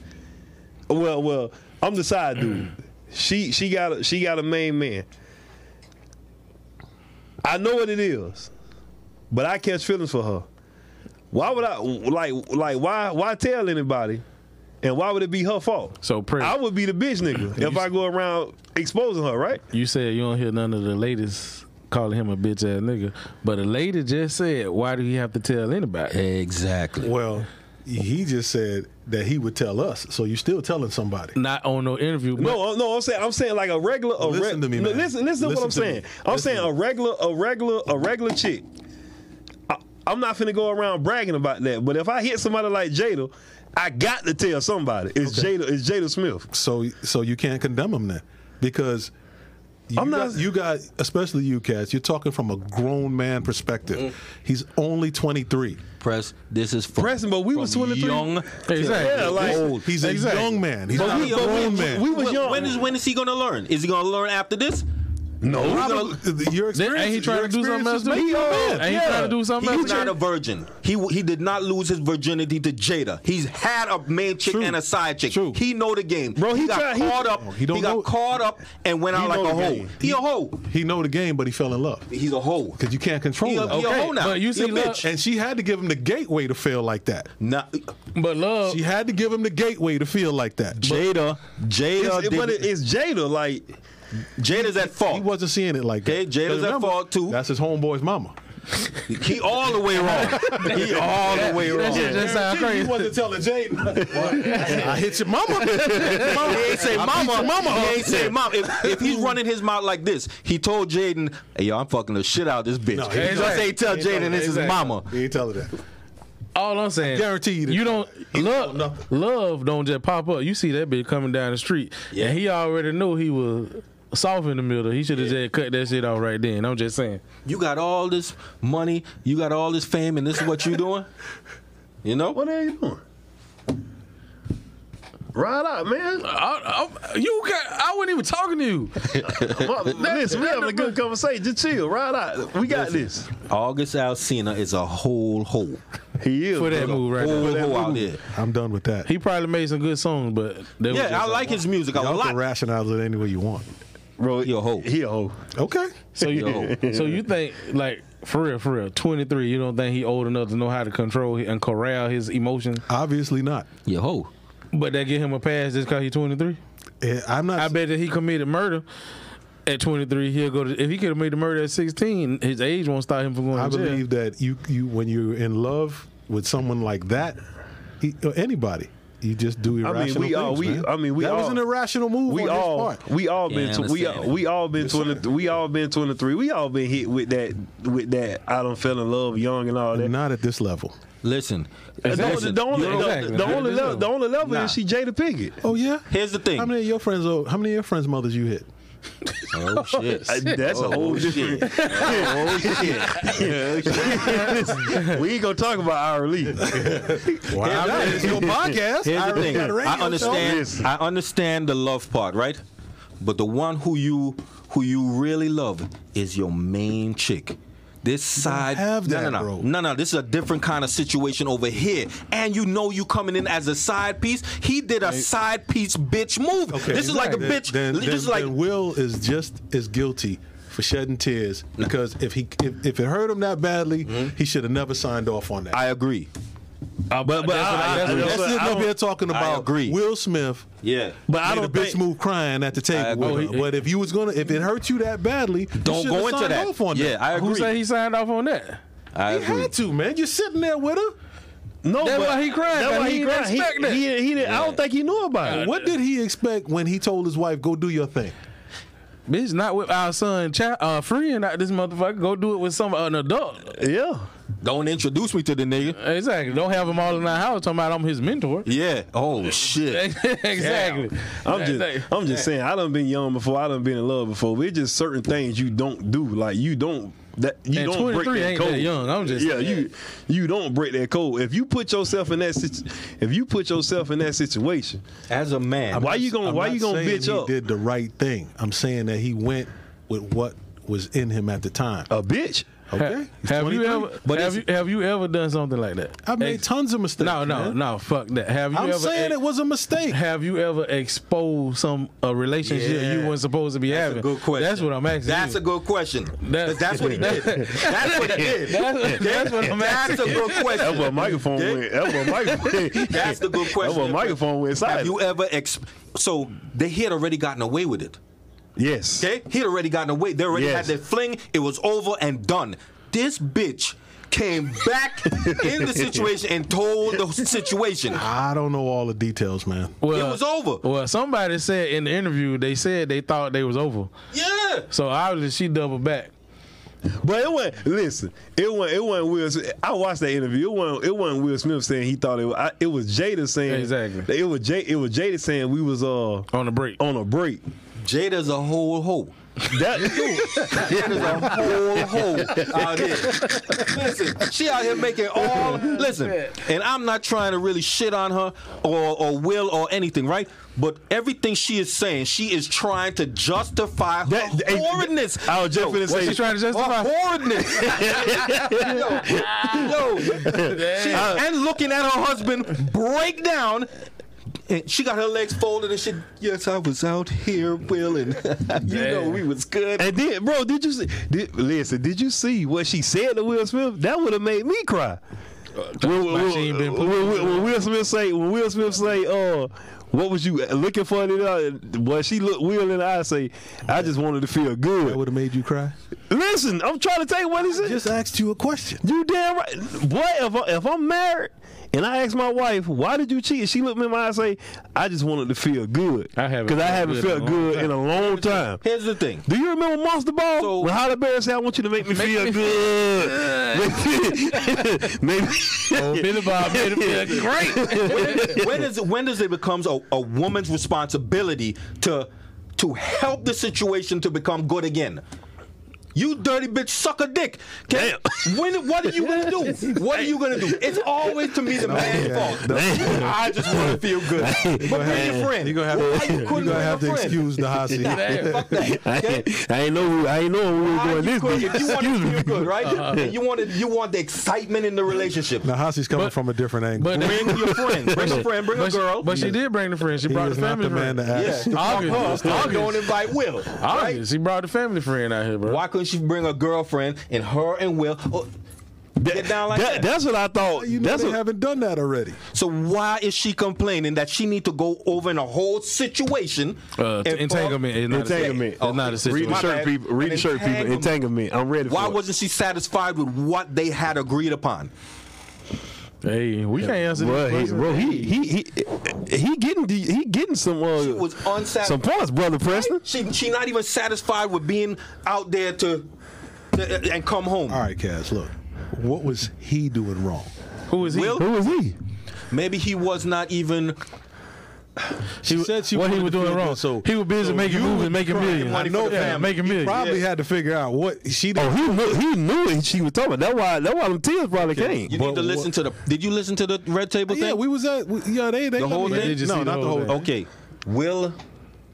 S1: Well, well, I'm the side dude. She, she got, a, she got a main man. I know what it is, but I catch feelings for her. Why would I like, like, why, why tell anybody? And why would it be her fault?
S2: So, Prince.
S1: I would be the bitch nigga if I go around exposing her, right?
S2: You said you don't hear none of the ladies calling him a bitch ass nigga, but a lady just said, "Why do you have to tell anybody?"
S3: Exactly.
S4: Well, he just said that he would tell us. So you're still telling somebody.
S2: Not on no interview. But
S1: No, uh, no, I'm saying I'm saying like a regular. A
S4: Listen
S1: reg-
S4: to me,
S1: No,
S4: man.
S1: listen, listen to what
S4: Listen
S1: I'm
S4: to me.
S1: saying. I'm
S4: Listen
S1: saying a regular, a regular, a regular chick. I, I'm not finna go around bragging about that, but if I hit somebody like Jada, I got to tell somebody. It's Jada. It's Jada Smith.
S4: So so you can't condemn him then, because you
S1: I'm not-
S4: got, you got especially you cats. You're talking from a grown man perspective. He's only 23.
S3: Press. This is from,
S1: Preston, but we was 23.
S3: Young.
S2: Exactly.
S1: Yeah, like
S4: Old. He's a
S2: Exactly.
S4: young man. He's not
S1: we-
S4: a
S1: but
S4: grown man.
S1: we was
S3: Wh-
S1: young.
S3: When is when is he gonna learn? Is he gonna learn after this?
S1: no.
S4: How do- your experience,
S2: ain't he trying
S4: your
S2: to do something else?
S4: experiences
S2: To
S4: make
S2: me?
S4: you a man.
S2: Ain't he trying to do something
S3: He's
S2: else?
S3: not a virgin. He w- he did not lose his virginity to Jada. He's had a main chick
S4: True.
S3: and a side chick.
S4: True.
S3: He know the game.
S1: Bro, he
S3: got
S1: tried- he-
S3: caught up.
S4: he
S3: He,
S4: don't
S3: got
S4: know-
S3: caught up and went out
S1: He
S3: like
S1: know
S3: a
S1: the
S3: hoe.
S1: game.
S3: He a hoe.
S4: He know the game, but he fell in love
S3: He's a hoe.
S4: because you can't control
S3: He a,
S4: that.
S3: he a
S2: Okay,
S3: hoe now.
S2: but you
S3: He a
S2: see, look-
S3: bitch.
S4: And she had to give him the gateway to feel like that.
S3: Nah,
S2: But love.
S4: She had to give him the gateway to feel like that.
S3: Jada. Jada.
S1: It's, but
S3: didn't-
S1: it, it's Jada. Like
S3: Jada's at fault.
S4: He wasn't seeing it like
S3: Okay,
S4: that.
S3: Jada's
S4: Because
S3: at
S4: remember,
S3: fault, too.
S4: That's his homeboy's mama.
S3: He all the way wrong. He all the way wrong.
S2: that shit just sound
S4: He
S2: crazy.
S4: wasn't telling Jade. I hit your mama.
S3: He ain't say mama.
S4: mama
S3: He
S4: up.
S3: ain't say mama. If, if he's running his mouth like this, he told Jaden, "Hey, yo, I'm fucking the shit out of this bitch."
S4: No,
S3: he
S4: he
S3: just
S2: exactly.
S3: ain't tell
S4: He ain't
S3: Jaden this is
S2: exactly.
S3: mama.
S4: he ain't telling that.
S2: All I'm saying,
S4: guarantee you that-
S2: you don't
S4: you
S2: love
S4: don't know nothing.
S2: love don't just pop up. You see that bitch coming down the street,
S3: Yeah.
S2: and he already knew he was soft in the middle. He should have just cut that shit off right then. I'm just saying.
S3: You got all this money, you got all this fame, and this is what you doing. You know?
S1: what the hell you doing? Ride out, man.
S2: I, I, you got, I wasn't even talking to you.
S1: Well, Listen, we having a good conversation. Just chill. Ride out. We got this.
S3: August Alcina is a whole hole.
S1: He is.
S2: For that
S1: brother.
S2: move right
S3: Whole
S2: there.
S3: hole out there.
S4: I'm done with that.
S2: He probably made some good songs, but they was
S3: Yeah, I
S2: just-
S3: like his music a
S4: Y'all can
S3: lot.
S4: rationalize it any way you want.
S1: Bro,
S3: He a hoe.
S1: He a hoe.
S4: Okay.
S2: So you,
S3: Yo.
S2: so you think like for real, for real, twenty three? You don't think he old enough to know how to control and corral his emotions?
S4: Obviously not.
S3: Yo ho.
S2: But that get him a pass just because he's twenty three.
S4: Eh, I'm not.
S2: I bet that he committed murder at twenty three. He'll go to if he could have made the murder at sixteen. His age won't stop him from going.
S4: I
S2: to jail.
S4: believe that you you when you're in love with someone like that, he, or anybody, you just do
S1: I mean,
S4: irrational
S1: we
S4: things.
S1: all. We.
S4: man.
S1: I mean, we
S4: that
S1: all.
S4: was an irrational move.
S1: We
S4: on his
S1: all,
S4: part.
S1: we all
S3: Yeah,
S1: been,
S3: I
S1: tw- we
S3: understand
S1: all,
S3: it.
S1: we all been twenty, we all been twenty three. We all been hit with that, with that. I don't fell in love young and all that.
S4: not at this level.
S3: Listen.
S1: The only,
S3: Listen,
S1: the only,
S2: you're
S1: the,
S2: exactly
S1: the
S2: right.
S1: only
S2: You're
S1: level, the only level
S3: Nah.
S1: is she Jada Pinkett.
S4: Oh yeah.
S3: Here's the thing.
S4: How many of your friends? Oh, how many of your friends' mothers you hit?
S3: Oh shit.
S1: Uh, That's a whole different. Oh shit! we ain't gonna talk about our league.
S3: Here's the thing.
S4: It's your
S3: Here's
S4: podcast.
S3: the
S4: already
S3: thing.
S4: got a radio
S3: I understand.
S1: show.
S3: I understand the love part, right? But the one who you who you really love is your main chick. This side,
S4: have
S3: no,
S4: that,
S3: no, no,
S4: bro.
S3: no, no. This is a different kind of situation over here, and you know you coming in as a side piece. He did a side piece bitch move.
S4: Okay,
S3: this is like a
S4: then-
S3: bitch.
S4: Then,
S3: this
S4: then-
S3: is like
S4: then Will is just as guilty for shedding tears because if he if, if it hurt him that badly, he should have never signed off on that.
S3: Mm-hmm. I agree.
S2: Uh, but but
S1: I- I-
S4: That's
S1: that's what
S4: it.
S1: I
S4: Up
S1: don't-
S4: here talking
S3: I
S4: about
S3: agree.
S4: Will Smith.
S3: Yeah,
S1: But I
S4: made
S1: don't
S4: a bitch
S1: think-
S4: move crying at the
S3: I
S4: table.
S3: agree.
S4: with her.
S2: Oh, he-
S4: but if you was gonna, if it hurt you that badly, you
S3: don't
S4: shouldn't
S3: go
S4: have
S3: into
S4: signed
S3: that.
S4: Off on
S3: yeah,
S4: that.
S3: I agree.
S2: who said he signed off on that?
S3: I
S4: he
S3: agree.
S4: had to, man. You're sitting there with her.
S1: No,
S2: That's
S1: but
S2: why he cried,
S1: That's
S2: but
S1: why
S2: he
S1: he
S2: didn't
S1: cried. He,
S2: expect that.
S1: he, didn't- he didn't, I don't think he knew about it.
S4: What did he expect when he told his wife, "Go do your thing"?
S2: Bitch, not with our son, child, uh, friend. Not this motherfucker. Go do it with some an adult.
S1: Yeah.
S3: Don't introduce me to the nigga.
S2: Exactly. Don't have him all in our house talking about I'm his mentor.
S3: Yeah. Oh shit.
S2: exactly.
S1: I'm
S2: That- that-
S1: just, I'm just saying. I done been young before. I done been in love before. It's just certain things you don't do. Like you don't. That you
S2: And
S1: don't break
S2: 23
S1: that
S2: ain't
S1: code.
S2: that young. I'm just-
S1: yeah. You you don't break that code. If you put yourself in that situ- if you put yourself in that situation,
S3: As a man,
S1: why you gonna
S4: I'm
S1: why
S4: not
S1: you gonna
S4: saying
S1: bitch
S4: he
S1: up
S4: Did the right thing. I'm saying that he went with what was in him at the time.
S1: a bitch?
S4: Okay. He's
S2: have you
S4: 23.
S2: ever?
S3: But
S2: have you
S3: it's-
S2: have you ever done something like that?
S4: I've made
S2: Ex-
S4: tons of mistakes.
S2: No, no,
S4: man.
S2: no. Fuck that. Have you
S4: I'm
S2: ever?
S4: saying it was a mistake.
S2: Have you ever exposed some a relationship
S3: Yeah.
S2: you weren't supposed to be
S3: That's
S2: having?
S3: a good question.
S2: That's what I'm asking.
S3: That's
S2: you.
S3: a good question.
S2: That's-
S3: That's, that's what he did. That's what he did.
S2: That's- that's what I'm
S3: That's a good
S1: That's what
S3: question.
S1: microphone
S3: Yeah.
S1: went. That's what microphone.
S3: That's the good
S1: That's
S3: question.
S1: what microphone went.
S3: Have
S1: Silent.
S3: you ever ex? So they had already gotten away with it.
S1: Yes.
S3: Okay, he had already gotten away. They already
S1: Yes.
S3: had their fling. It was over and done. This bitch came back in the situation and told the situation.
S4: I don't know all the details, man.
S2: Well,
S3: It was over.
S2: Well, somebody said in the interview they said they thought they was over.
S3: Yeah.
S2: So obviously she doubled back.
S1: But it wasn't. Listen, it wasn't. It wasn't Will. Smith. I watched that interview. It wasn't. It wasn't Will Smith saying he thought it was. I, it was Jada saying
S2: Exactly.
S1: It was J, It was Jada saying we was uh
S2: On the break.
S1: on a break.
S3: Jada's a whole hoe.
S1: That
S3: Jada's a whole hoe out here. Listen, she out here making all. Listen, and I'm not trying to really shit on her or, or Will or anything, right? But everything she is saying, she is trying to justify her
S1: That- that-
S3: horridness.
S1: I was just finna
S3: what
S1: say-
S2: She trying to justify.
S3: Her horridness. yo, yo. She- and looking at her husband break down. And she got her legs folded and shit. Yes, I was out here, Will, and you know we was good.
S1: and then, bro, did you see? Did, listen, did you see what she said to Will Smith? That would have made me cry. When, when-
S2: she ain't been
S1: when- when- when Will Smith say, when Will Smith say, uh, what was you looking for? in it?" Uh, Boy, she looked Will in the eye. Say, I just wanted to feel
S4: That
S1: good.
S4: would have made you cry.
S1: Listen, I'm trying to tell you what he said.
S4: Just asked you a question.
S1: You damn right. Boy, if, I, if I'm married and I ask my wife, why did you cheat? And she looked me in my eyes and say, I just wanted to feel good.
S2: I haven't
S1: Because I
S2: felt
S1: haven't
S2: good
S1: felt
S2: in a long
S1: good in a long time.
S3: Here's the thing.
S1: Do you remember Monster Ball?
S3: So-
S1: when Halle Berry said, I want you to make me feel good. Maybe.
S2: Billy Bob made him feel great.
S3: when does when does it becomes a, a woman's responsibility to to help the situation to become good again? You dirty bitch, suck a dick. Can, when, what are you gonna do? What are you gonna do? It's always to me the man's fault. I just want to feel good. But bring your friend.
S4: You're gonna have
S3: Why
S4: to,
S3: you
S4: you
S3: couldn't
S4: gonna
S3: bring
S4: have
S3: a
S4: to
S3: friend?
S4: excuse Nahasi.
S3: Nah, fuck that.
S1: I, ain't- I ain't know. who- I ain't know who we were
S3: Why
S1: going
S3: you
S1: this
S3: couldn't-
S1: deep.
S3: if you want to
S1: Excuse
S3: feel
S1: me.
S3: good, right?
S4: Uh-huh.
S3: And you want to, you want the excitement in the relationship.
S4: Nahasi's coming from a different angle.
S2: But
S3: Bring your friend. Bring a friend. Bring
S2: but
S3: a
S2: she-
S3: girl.
S2: but she did bring the friend. She
S4: he
S2: brought
S4: is
S2: the
S4: not
S2: family
S4: the man
S2: friend.
S4: to
S3: yeah.
S4: ask.
S2: August,
S3: Fuck her.
S2: August.
S3: Don't invite Will. Right?
S2: Obvious. He brought the family friend out here, bro.
S3: Why couldn't she bring a girlfriend and her and Will? Oh, get down like
S1: That-
S3: that.
S1: that's what I thought.
S4: You know
S1: that's
S4: they
S1: what,
S4: haven't done that already.
S3: So why is she complaining that she need to go over in a whole situation?
S2: Uh,
S3: and-
S2: entanglement is not
S1: Entanglement.
S2: A, it's not a
S1: read
S2: situation.
S1: the
S3: My
S1: shirt,
S3: bad.
S1: people. Read the shirt, people.
S3: Entanglement.
S1: Entanglement. I'm ready for
S3: Why
S1: it.
S3: wasn't she satisfied with what they had agreed upon?
S2: Hey, we can't answer
S1: Bro,
S2: this
S1: he,
S2: question.
S1: bro, he he he he getting the, he getting some uh,
S3: She was unsatisfied.
S1: some points, brother Preston.
S3: She she not even satisfied with being out there to, to and come home.
S4: All right, Cass, look. What was he doing wrong?
S2: Who is he?
S3: Will?
S1: Who was he?
S3: Maybe he was not even
S2: She
S4: said she
S2: what he
S4: wanted
S2: was
S4: to
S2: doing
S4: feel
S2: wrong.
S4: good, so-
S2: he was busy
S4: so
S2: making
S4: you
S2: moves and
S4: was
S2: making
S4: crying
S2: millions.
S3: money for the
S2: yeah,
S3: family.
S2: making millions.
S4: Probably had to figure out what she did.
S1: Oh, he knew he knew it. She was talking. about. That's why that's why them tears probably came.
S3: You need to listen to the. Did you listen to the red table
S4: yeah,
S3: thing?
S4: we was at. We, yeah, they they
S3: The whole
S4: let me-
S3: thing? They
S2: just
S4: No,
S2: see the
S4: not the
S2: whole
S4: whole.
S2: thing.
S3: okay,
S4: thing.
S3: Will.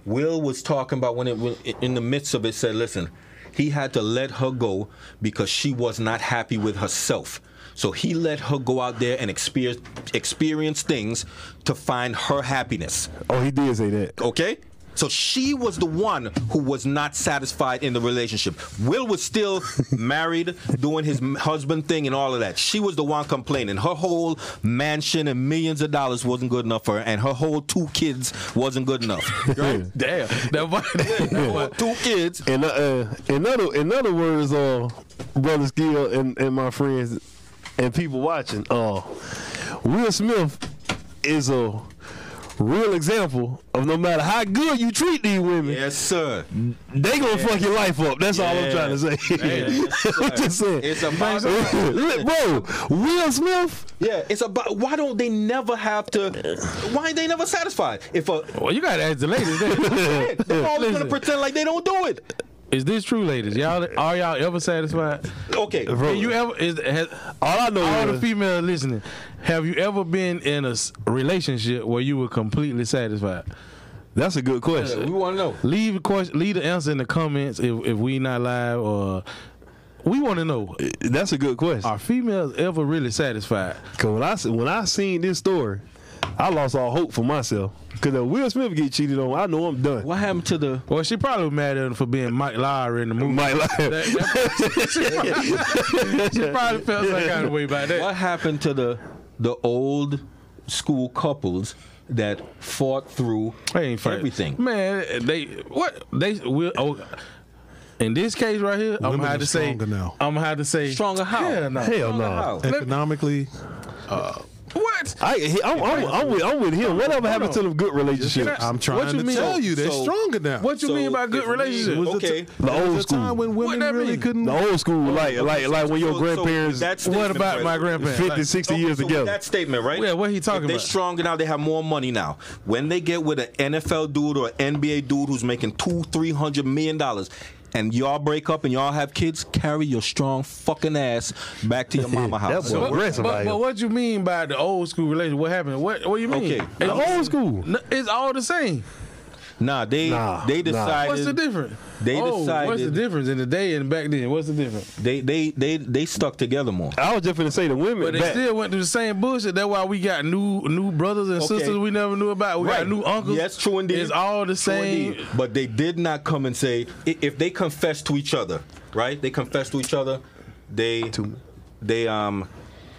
S3: Will was talking about when it when, in the midst of it said, "Listen, he had to let her go because she was not happy with herself." So he let her go out there and experience experience things to find her happiness.
S1: Oh, he did say that.
S3: Okay? So she was the one who was not satisfied in the relationship. Will was still married, doing his m- husband thing and all of that. She was the one complaining. Her whole mansion and millions of dollars wasn't good enough for her, and her whole two kids wasn't good enough. Right?
S2: Damn. That boy, that boy-
S3: two kids.
S1: In uh, in other in other words, uh, brother Skill and, and my friends and people watching, uh, Will Smith is a real example of no matter how good you treat these women,
S3: Yes, sir.
S1: they gonna fuck your life up. That's all I'm
S3: Yeah.
S1: trying to say. I'm just saying.
S3: It's about
S1: Look, bro, Will Smith.
S3: yeah. It's about why don't they never have to? Why ain't they never satisfied? If a
S2: well, you got to ask the ladies. then.
S3: they're always
S2: Listen.
S3: gonna pretend like they don't do it.
S2: is this true, ladies? Y'all Are y'all ever satisfied?
S3: Okay,
S2: Have you ever, is, has,
S1: All I know
S2: all the
S1: is
S2: females listening, have you ever been in a s- relationship where you were completely satisfied?
S1: that's a good question.
S3: want to know.
S2: Leave the question, leave the answer in the comments if, if we not live or we Ah. want to know
S1: That's a good question.
S2: are females ever really satisfied?
S1: Cause when I se- when I seen this story, I lost all hope for myself. Cause if Will Smith get cheated on, I know I'm done.
S3: What happened to the?
S2: Well, she probably was mad at him for being Mike Lowry in the movie.
S1: Mike
S2: That-
S1: Lyle.
S2: that- she probably felt some kind of way about that.
S3: What happened to the the old school couples that fought through
S2: They ain't fight.
S3: everything?
S2: Man, they what they will. Oh, in this case right here, I'm
S4: Women
S2: gonna
S4: are
S2: have to say,
S4: stronger now.
S2: I'm gonna have to say,
S3: Stronger how?
S2: Hell no.
S1: Hell no.
S3: How?
S2: Oh.
S4: Economically,
S2: What?
S1: I, he- I'm, I'm, I'm, with, I'm with him. Whatever happened to them good relationships?
S4: I'm trying
S2: What you
S4: to
S2: mean?
S4: tell you they're
S3: So-
S4: stronger now.
S2: What you
S3: So,
S2: mean by good
S3: if we-
S2: relationship?
S4: was
S3: okay.
S4: a t-
S1: The
S4: there was
S1: old
S4: a
S1: school.
S4: time when
S2: What
S4: women
S2: that
S4: really
S2: mean?
S4: couldn't.
S1: The old school, like like like when your
S3: So- so
S1: grandparents
S3: that's-
S2: what about my grandparents?
S1: 50, 60 years
S3: so with
S1: together.
S3: That statement, right?
S2: Yeah, what he talking
S3: If They
S2: about?
S3: stronger now. They have more money now. When they get with an NFL dude or an NBA dude who's making two, three hundred million dollars, and y'all break up and y'all have kids, carry your strong fucking ass back to your mama house.
S1: boy
S2: But,
S1: Rest
S2: but,
S1: about
S2: but
S1: him.
S2: what you mean by the old school relationship? What happened? What What you mean?
S3: Okay.
S2: It's
S1: The old school.
S2: n- It's all the same.
S3: Nah, they
S1: Nah, nah.
S3: they decided.
S2: What's the difference?
S3: They
S2: oh, What's the
S3: decided-
S2: difference in the day and back then? What's the difference?
S3: They they they they stuck together more.
S1: I was just gonna say the women.
S2: But they
S1: back-
S2: still went through the same bullshit. That's why we got new new brothers and
S3: Okay.
S2: sisters we never knew about. We got new uncles.
S3: Yes, true indeed.
S2: It's all the
S3: True
S2: same.
S3: indeed. But they did not come and say i- if they confess to each other, right? They confess to each other. They they um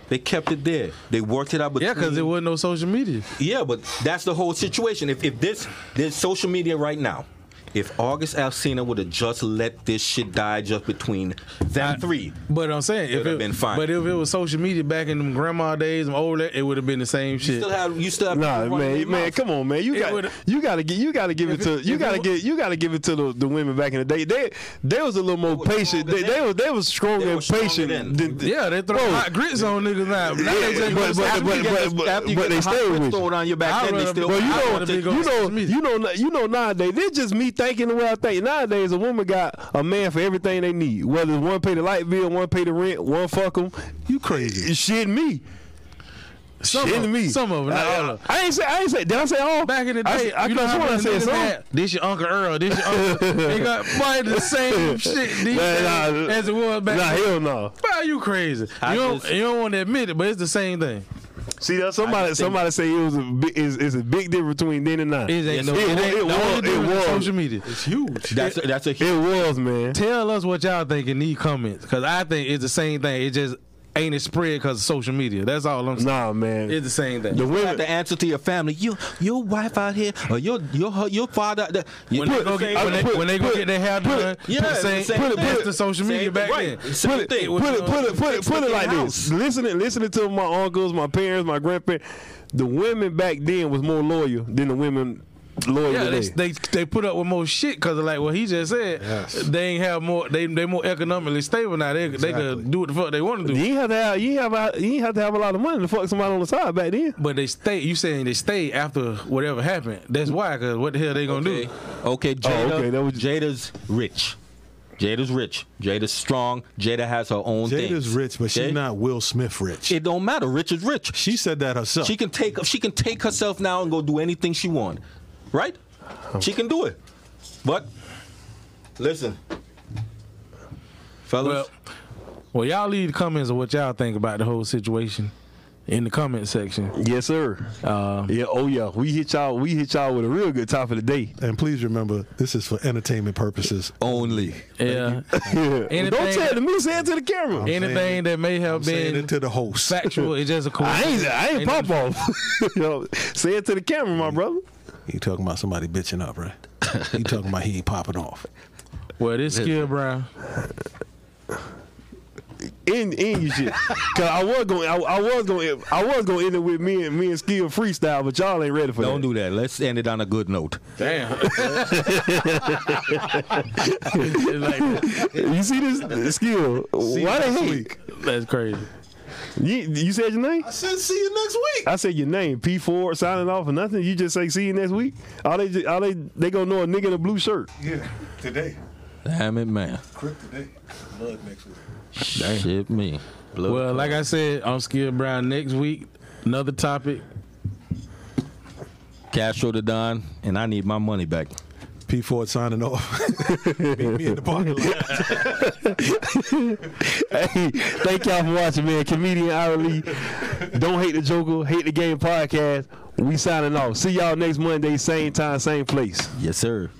S3: they kept it there. They worked it out.
S2: Yeah, because
S1: Mm-hmm.
S2: there
S3: between-
S2: wasn't no social media.
S3: yeah, but that's the whole situation. If if this there's social media right now. If August Alsina would have just let this shit die just between them three,
S2: But I'm saying, if
S3: It'd have
S2: it,
S3: been fine.
S2: but if it was social media back in them grandma days, them old, it would have been the same shit.
S3: still have you still have
S1: Nah,
S3: people running
S1: man,
S3: their
S1: man,
S3: mouth.
S1: come on, man. You
S2: It
S1: got
S2: would've-
S1: you got to get you got to give it
S2: If
S1: to
S2: it-
S1: you
S2: if
S1: got to
S2: it
S1: get you got to give it to the, the women back in the day. They they was a little more
S3: were
S1: patient. They,
S3: stronger
S1: they
S3: then.
S1: was they was stronger
S3: They
S1: and
S3: were stronger
S1: patient.
S3: then.
S1: than- than-
S2: yeah, they throw
S1: Bro.
S2: hot grits on niggas now. Now they
S1: Yeah,
S2: take
S1: but-
S2: but,
S1: but- but- but- but-
S3: after you
S1: but
S3: get
S1: they
S3: the
S1: stay
S3: hot
S1: with
S3: twist
S1: you.
S3: thrown on your back,
S2: I'd
S3: then they
S2: rather
S3: still.
S2: be-
S1: Bro, you
S2: I
S1: know,
S2: wanna be
S1: you
S2: going
S1: know,
S2: social media.
S1: you know, you know, nowadays they just meet thinking the way I think. Nowadays, a woman got a man for everything they need. Whether it's one pay the light bill, one pay the rent, one fuck them.
S4: You crazy.
S1: Shit, me.
S2: Some
S1: shit,
S2: of-
S1: me.
S2: some of 'em, not all
S1: I,
S2: of
S1: I, I ain't say. I ain't say. Did I say all?
S2: Back in the
S1: I,
S2: day,
S1: I, I,
S2: you know how
S1: swear I
S2: much
S1: said
S2: niggas
S1: some.
S2: had, This your uncle Earl. This your uncle. they got probably the same shit these
S1: Nah,
S2: days
S1: nah.
S2: as it was back.
S1: Nah,
S2: then.
S1: hell no.
S2: Why are you crazy?
S3: I
S2: you don't
S3: just-
S2: you don't want to admit it, but it's the same thing.
S1: See, that somebody somebody say it was a big, it's, it's a big difference between then and now.
S2: It ain't no.
S1: it
S2: it
S1: was-
S2: ain't
S1: it
S2: the
S1: was-
S2: only
S1: it
S2: difference is
S1: was.
S2: Social media.
S4: It's huge.
S3: That's a, that's a
S1: It was man.
S2: Tell us what y'all think in these comments, cause I think it's the same thing. It just ain't it spread cause of social media. That's all I'm saying.
S1: Nah, man.
S2: It's the same thing.
S1: the
S3: have
S1: women.
S3: to answer to your family. Your your wife out here, or your your her- your father. The,
S2: when they go get, when they, when they go get their hair done,
S3: yeah,
S2: put the same,
S3: same
S2: put it
S3: thing.
S2: put it to social media
S3: Same-
S2: back
S3: right.
S2: then.
S3: Same
S1: put it,
S3: thing.
S1: put it, put it, put it,
S3: Fix
S1: put it
S3: the
S1: like
S3: house.
S1: this. Listening, listening to my uncles, my parents, my grandparents. The women back then was more loyal than the women loyal
S2: Yeah, they,
S1: today.
S2: they they put up with more shit because like what he just said.
S4: Yes.
S2: They ain't have more. They they more economically stable now. They they
S4: Exactly.
S2: could do what the fuck they want to do.
S1: you ain't have to have, you ain't have, you ain't have to have a lot of money to fuck somebody on the side back then.
S2: But they stay. You saying they stayed after whatever happened? That's why. Cause what the hell they gonna
S3: Okay,
S2: do?
S4: Oh,
S3: okay, Jada,
S1: okay, that was-
S3: Jada's rich. Jada's rich. Jada's strong. Jada has her own thing.
S4: Jada's rich, but she's
S3: Okay?
S4: not Will Smith rich.
S3: It don't matter. Rich is rich.
S4: she said that herself.
S3: She can take she can take herself now and go do anything she want, right? She can do it. But listen, fellas,
S2: Well, well, y'all leave the comments of what y'all think about the whole situation in the comment section.
S1: Yes, sir.
S2: Uh,
S1: yeah, oh yeah. We hit y'all, we hit y'all with a real good top of the day.
S4: and please remember, this is for entertainment purposes.
S3: only
S2: yeah,
S1: Yeah. Don't
S2: Anything-
S1: tell to me, say it to the camera.
S4: saying
S2: anything
S4: it-
S2: that may have
S4: Saying
S2: been
S4: it to the host.
S2: factual, it's just a
S1: I
S2: coincidence.
S1: ain't, I ain't
S2: nothing-
S1: pop off. you know, say it to the camera, my brother.
S4: You talking about somebody bitching up, right? you talking about he ain't popping off.
S2: Well, this Skill Brown.
S1: end end you shit. Cause I was going, I, I was going, I was going to end it with me and me and Skill freestyle, but y'all ain't ready for
S3: don't
S1: that.
S3: do that. Let's end it on a good note.
S2: Damn. It's like,
S1: you see this Skill?
S4: See
S1: Why
S4: you
S1: the
S4: next
S1: hate?
S4: week.
S2: that's crazy.
S1: You, you said your name?
S4: I said, see you next week.
S1: I said your name. P Ford signing off or nothing. You just say see you next week. All they, ju- all they, they gonna know a nigga in a blue shirt.
S4: Yeah, today.
S3: Damn it, man.
S4: Crip today. Blood next week.
S3: Shit, me. Blood
S2: Well, like I said, I'm Skill Brown. Next week, another topic.
S3: Castro the Don, and I need my money back.
S4: P Ford signing off. Meet me in the parking lot.
S1: hey, thank y'all for watching, man. Comedian Ira Lee. Don't hate the Joker. Hate the Game podcast. We signing off. See y'all next Monday, same time, same place.
S3: Yes, sir.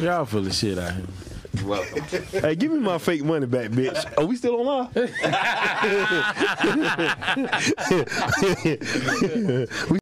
S2: Y'all full of shit out here.
S1: Hey, give me my fake money back, bitch. Are we still on live?